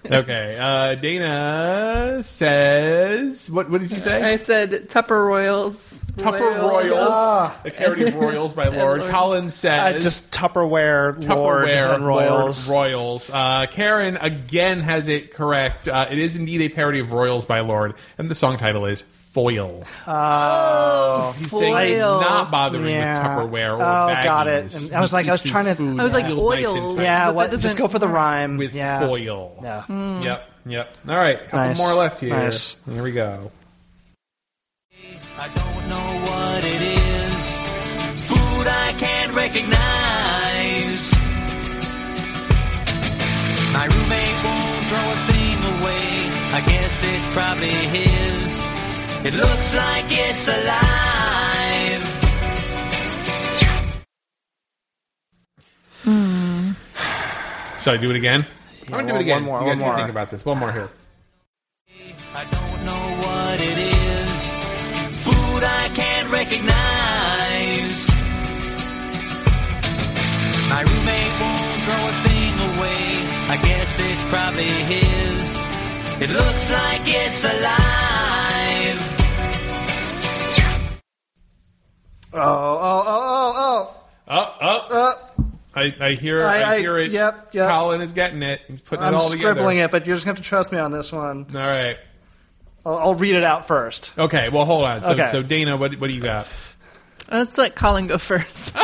S5: to.
S4: okay. Uh, Dana says, "What? What did you say?"
S5: I said Tupper Royals.
S4: Tupper Royals, the parody of Royals by
S5: And
S4: Lord. Colin says,
S3: Uh, just Tupperware, Lord,
S4: Tupperware
S3: and Royals.
S4: Lord Royals. Uh, Karen again has it correct. Uh, it is indeed a parody of Royals by Lord, and the song title is Foil.
S3: Oh,
S4: he's saying he's not bothering with Tupperware or
S3: oh, got it.
S4: baggies.
S3: And I was
S4: He
S3: like, I was
S4: keeps
S3: trying
S4: his
S3: to.
S4: food I was like, sealed nice and oils, tight.
S3: yeah,
S4: but that
S3: what? Just
S4: doesn't-
S3: go for the rhyme with yeah.
S4: Foil. Mm.
S3: Yeah.
S4: Yep. Yep. All right. Couple
S3: Nice.
S4: more left here.
S3: Nice.
S4: Here we go.
S6: What it is, food I can't recognize. My roommate won't throw a thing away. I guess it's probably his. It looks like it's alive.
S4: Should I do it again?
S6: Yeah,
S4: I'm gonna do
S6: one-
S4: it again.
S6: one more,
S4: you guys
S6: one
S4: can
S6: more.
S4: think about this. One more here.
S6: What it is, food I can't recognize. My roommate won't throw a thing away. I guess it's probably his. It looks like it's alive.
S3: Oh, oh, oh, oh, oh.
S4: Up, up,
S3: up.
S4: I, I hear I,
S3: I- I-
S4: hear it.
S3: yep, yep.
S4: Colin is getting it. He's putting
S3: I'm
S4: it all together.
S3: scribbling it, but you're just going to have to trust me on this one.
S4: All right.
S3: I'll, I'll read it out first.
S4: Okay. Well, hold on. So,
S3: Okay.
S4: so Dana, what what do you got?
S5: Let's let Colin go
S4: [laughs]
S5: first.
S3: So,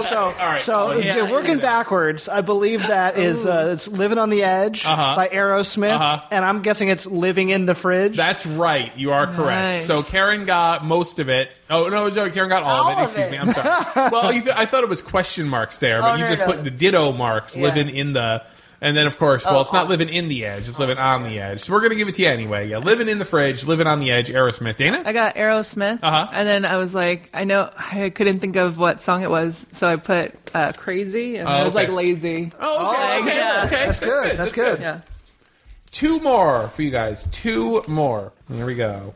S3: so
S5: Colin,
S3: yeah,
S5: you do
S3: working
S5: that.
S3: backwards, I believe that is uh, it's "Living on the Edge"
S4: Uh-huh.
S3: by Aerosmith,
S4: Uh-huh.
S3: and I'm guessing it's "Living in the Fridge."
S4: That's right. You are correct.
S3: Nice.
S4: So Karen got most of it. Oh no, no, Karen got all, of it. Excuse me. I'm
S3: [laughs]
S4: sorry. well, you th- I thought it was question marks there, but
S3: Oh,
S4: you
S3: no,
S4: just
S3: no.
S4: put the ditto marks
S3: Yeah.
S4: living in the. And then, of course, well,
S3: Oh,
S4: it's not living in the edge; it's living on the edge. So we're gonna give it to you anyway. Yeah, living in the fridge, living on the edge. Aerosmith, Dana.
S5: I got Aerosmith,
S4: Uh-huh.
S5: and then I was like, I know I couldn't think of what song it was, so I put uh, "Crazy," and
S4: Oh,
S5: I was
S4: okay.
S5: like "Lazy."
S4: Oh,
S5: Like,
S4: okay.
S5: yeah.
S4: okay. That's good. That's, good.
S5: Yeah.
S4: Two more for you guys. Two more. Here we go.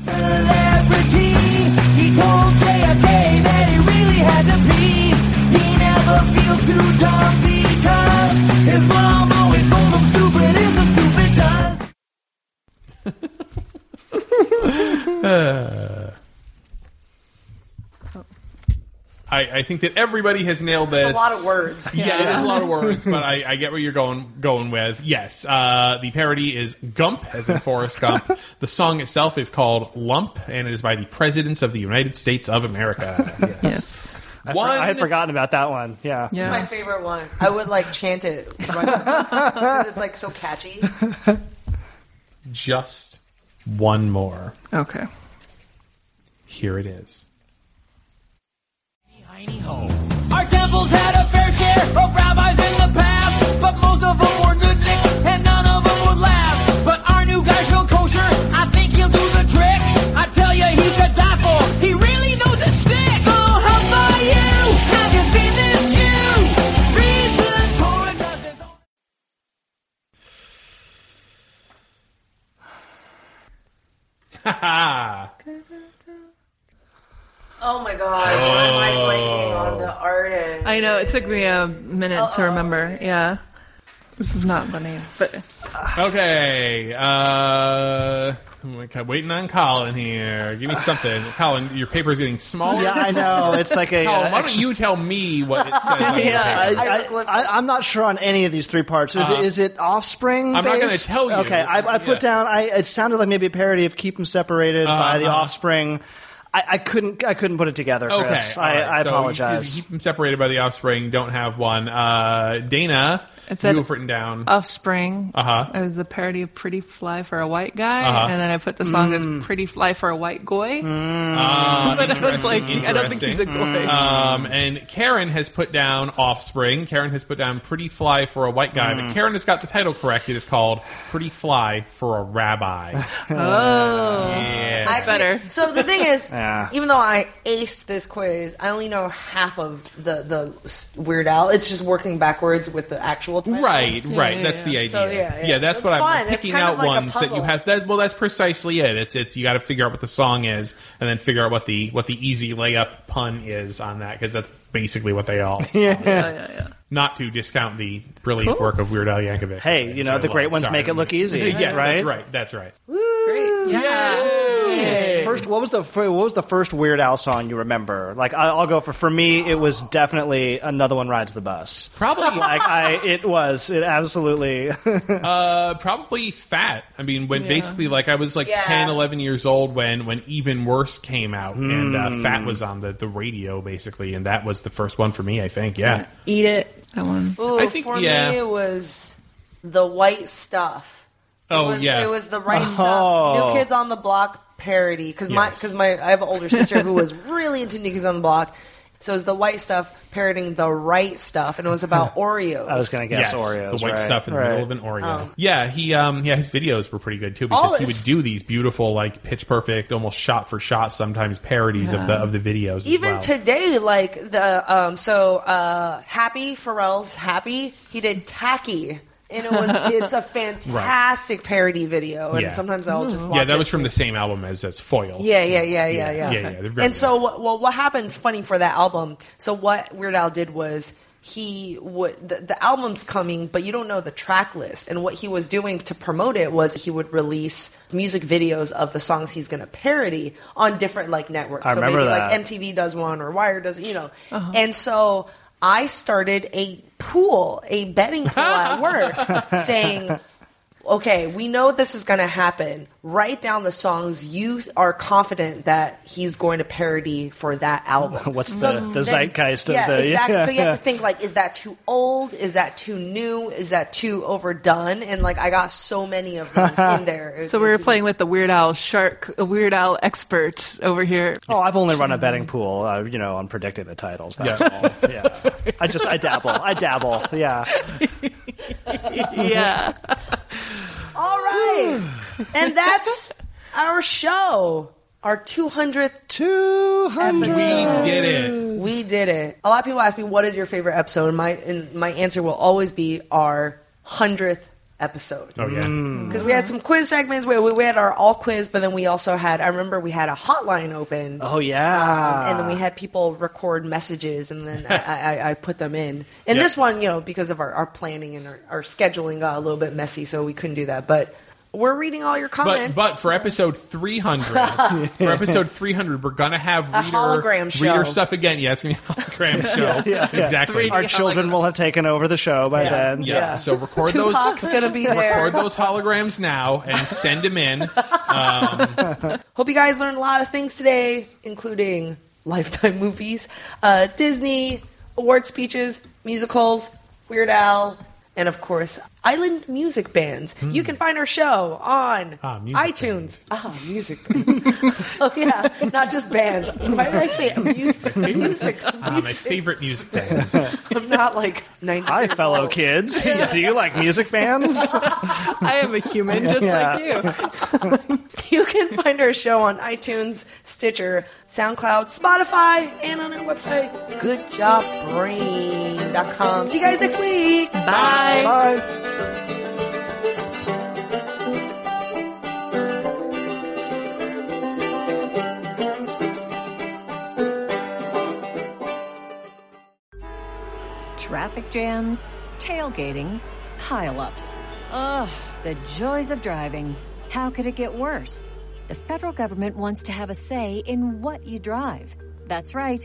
S6: Celebrity, he told JFK that he really had to pee. He never feels too dumb because his mom always told him stupid is a stupid does.
S4: I, [laughs] I think that everybody has nailed this.
S18: It's a lot of words.
S4: Yeah,
S18: Yeah.
S4: it is a lot of words, but I, I get where you're going going with. Yes, uh, the parody is Gump, as in Forrest Gump. the song itself is called Lump, and it is by the Presidents of the United States
S3: [laughs]
S4: of America. Yes.
S3: I, for-
S4: One-
S3: I had forgotten about that one. Yeah.
S4: Yeah.
S2: My favorite one. I would like chant it. Because it's like so catchy.
S4: Just one more.
S5: Okay.
S4: Here it is.
S6: Our temples had a fair share of rabbis in the past, but most of them were nudniks and none of them would last. But our new guy's real kosher, I think he'll do the trick. I tell ya, he's to die for, he really knows his stick. So how about you? Have you seen this Jew? Reads the Torah, does his own-
S4: Ha
S2: Oh my god. Why am I blanking on the artist?
S5: I know it took me a minute to remember. Yeah, this is not the name, but
S4: Okay. Uh, I'm kind of waiting on Colin here. Give me something. Colin, your paper is getting smaller.
S3: Yeah, I know. It's like
S4: [laughs]
S3: a,
S4: Colin,
S3: uh,
S4: why don't
S3: extra-
S4: you tell me what it says?
S3: [laughs]
S4: on your
S3: I,
S4: paper?
S3: I, I, I'm not sure on any of these three parts. Is,
S4: Uh-huh.
S3: it, is it offspring?
S4: I'm not gonna
S3: based?
S4: tell you.
S3: Okay, I, I put
S4: Yeah.
S3: down. I it sounded like maybe a parody of "Keep Them Separated" by the
S4: Uh-huh.
S3: Offspring. I, I couldn't. I couldn't put it together.
S4: Okay,
S3: Chris.
S4: all
S3: I,
S4: right.
S3: I
S4: So
S3: apologize.
S4: you keep them separated by the offspring. Don't have one. Uh, Dana,
S5: It said-
S4: you have written down.
S5: Offspring.
S4: Uh-huh.
S5: It was a parody of Pretty Fly for a White Guy,
S4: Uh-huh.
S5: and then I put the song
S4: Mm.
S5: as Pretty Fly for a White Goy.
S4: Ah,
S5: [laughs] but I was
S4: interesting,
S5: like, I don't think he's a
S4: interesting.
S5: goy.
S4: Um, and Karen has put down offspring. Karen has put down pretty fly for a white guy,
S5: Mm.
S4: but Karen has got the title correct. It is called pretty fly for a rabbi.
S3: [laughs]
S5: Oh.
S4: yeah.
S2: Actually, So the thing
S3: [laughs]
S2: is,
S4: Yeah.
S2: even though I aced this quiz, I only know half of the the s- Weird Al. It's just working backwards with the actual. Titles.
S4: Right, right. that's the idea.
S2: So, yeah, yeah.
S4: that's
S2: It's
S4: what
S2: fun.
S4: I'm
S2: It's
S4: picking
S2: kind of
S4: out
S2: like a
S4: ones that you
S2: puzzle.
S4: have. That, well, that's precisely it. It's it's you got to figure out what the song is, and then figure out what the what the easy layup pun is on that because that's basically what they all.
S3: [laughs] Yeah.
S5: Yeah, yeah, yeah.
S4: Not to discount the brilliant
S3: Cool.
S4: work of Weird Al Yankovic.
S3: Hey, you
S4: Which
S3: know,
S4: I
S3: the
S4: love.
S3: great ones
S4: Sorry.
S3: make it look easy,
S4: [laughs] yes,
S3: right?
S4: that's right. That's right.
S5: Great.
S3: Hey. First, what was the fir- what was the first Weird Al song you remember? Like, I, I'll go for for me, it was definitely another one rides the bus.
S2: [laughs]
S4: Probably
S3: like I, it was it absolutely.
S4: uh, probably fat. I mean, when
S3: Yeah.
S4: basically like I was like
S3: Yeah.
S4: ten, eleven 10, 11 years old when when Even Worse came out, and
S5: Hmm.
S4: uh, Fat was on the, the radio basically, and that was the first one for me, I think. Yeah.
S5: Eat it. That one.
S2: Ooh,
S4: I think-
S2: for
S4: yeah.
S2: me it was the white stuff.
S4: Oh,
S2: it was,
S4: yeah.
S2: it was the right
S4: Oh.
S2: stuff. New Kids on the Block parody because my
S4: Yes.
S2: because my I have an older sister who
S4: [laughs]
S2: was really into New Kids on the Block, so it was the white stuff parodying the right stuff, and it was about Oreos.
S3: [laughs] I was gonna guess
S4: Yes,
S3: Oreos,
S4: the white
S3: right,
S4: stuff in the
S3: right.
S4: middle of an Oreo.
S2: Um,
S4: yeah, he um yeah his videos were pretty good too
S2: All
S4: because he would
S2: this-
S4: do these beautiful like pitch perfect, almost shot for shot sometimes parodies
S2: Yeah.
S4: of the of the videos. as
S2: Uh-huh. Even
S4: well.
S2: today, like the um, so uh, Happy Pharrell's Happy, he did Tacky, and it was it's
S4: [laughs]
S2: a fantastic parody video, and
S4: Yeah.
S2: sometimes I'll just watch
S4: yeah, that
S2: it.
S4: was from the same album as as Foil.
S2: Yeah, yeah, yeah, yeah, yeah.
S4: yeah, yeah, they're very
S2: and so, what, well, what happened? Funny for that album. So, what Weird Al did was he would the, the album's coming, but you don't know the track list. And what he was doing to promote it was he would release music videos of the songs he's going to parody on different like networks.
S3: I
S2: so
S3: remember
S2: maybe
S3: that.
S2: like MTV does one or Wire does, you know.
S3: Uh-huh.
S2: And so. I started a pool, a betting pool at work, saying okay, we know this is going to happen. Write down the songs you are confident that he's going to parody for that album.
S3: [laughs] What's the,
S2: So
S3: the
S2: then-
S3: zeitgeist
S2: yeah,
S3: of the [laughs]
S2: exactly. So you have to think like, is that too old? Is that too new? Is that too overdone? And like, I got so many of
S3: [laughs]
S2: them in there.
S5: So we were playing with the Weird Al shark, a Weird Al expert over [laughs] here.
S3: Oh, I've only run a betting pool, uh, you know, on predicting the titles. That's
S5: Yeah.
S3: all. Yeah, I just I dabble, I dabble. Yeah,
S5: yeah.
S3: [sighs]
S2: All right, and that's our show. Our 200th
S3: 200
S4: We did it.
S2: We did it. A lot of people ask me what is your favorite episode and my and my answer will always be our 100th episode.
S4: Oh yeah.
S3: Mm.
S2: Because we had some quiz segments. We, we, we had our all quiz, but then we also had, I remember we had a hotline open.
S3: Oh yeah.
S2: And
S4: Ah.
S2: then we had people record messages and
S4: [laughs]
S2: then I, I, I put them in. And
S3: Yeah.
S2: this one, you know, because of our, our planning and our, our scheduling got a little bit messy, so we couldn't do that. But We're reading all your
S4: But,
S2: comments.
S4: but for episode
S2: [laughs]
S4: 300, for episode 300, we're going to have
S2: A
S4: reader,
S2: hologram show.
S4: reader stuff again. Yeah, it's going to be a
S2: [laughs]
S4: hologram show. Exactly.
S3: Our children will have taken over the show by then.
S4: Yeah. So record
S2: Tupac's
S4: those.
S2: gonna be there.
S4: Record those holograms now and send them in. Um,
S2: Hope you guys learned a lot of things today, including [laughs] lifetime movies, uh, Disney, award speeches, musicals, Weird Al, and of course, Island Music Bands. You can find our show on
S4: Hmm. Ah, music
S2: iTunes. Ah, music. [laughs] oh, yeah, not just bands. Why did I say music? Music.
S4: ah,
S2: [laughs]
S4: my Ah, favorite music bands.
S2: I'm [laughs] not like 90
S3: Hi,
S2: years
S3: fellow
S2: old.
S3: kids. Do you like music bands?
S5: I am a [laughs] human just
S3: Yeah.
S5: like you.
S2: [laughs] You can find our show on iTunes, Stitcher, SoundCloud, Spotify, and on our website, goodjobbrain.com. See you guys next week.
S5: Bye.
S3: Bye.
S19: Traffic jams, tailgating, pileups. Ugh, the joys of driving. How could it get worse? The federal government wants to have a say in what you drive. That's right.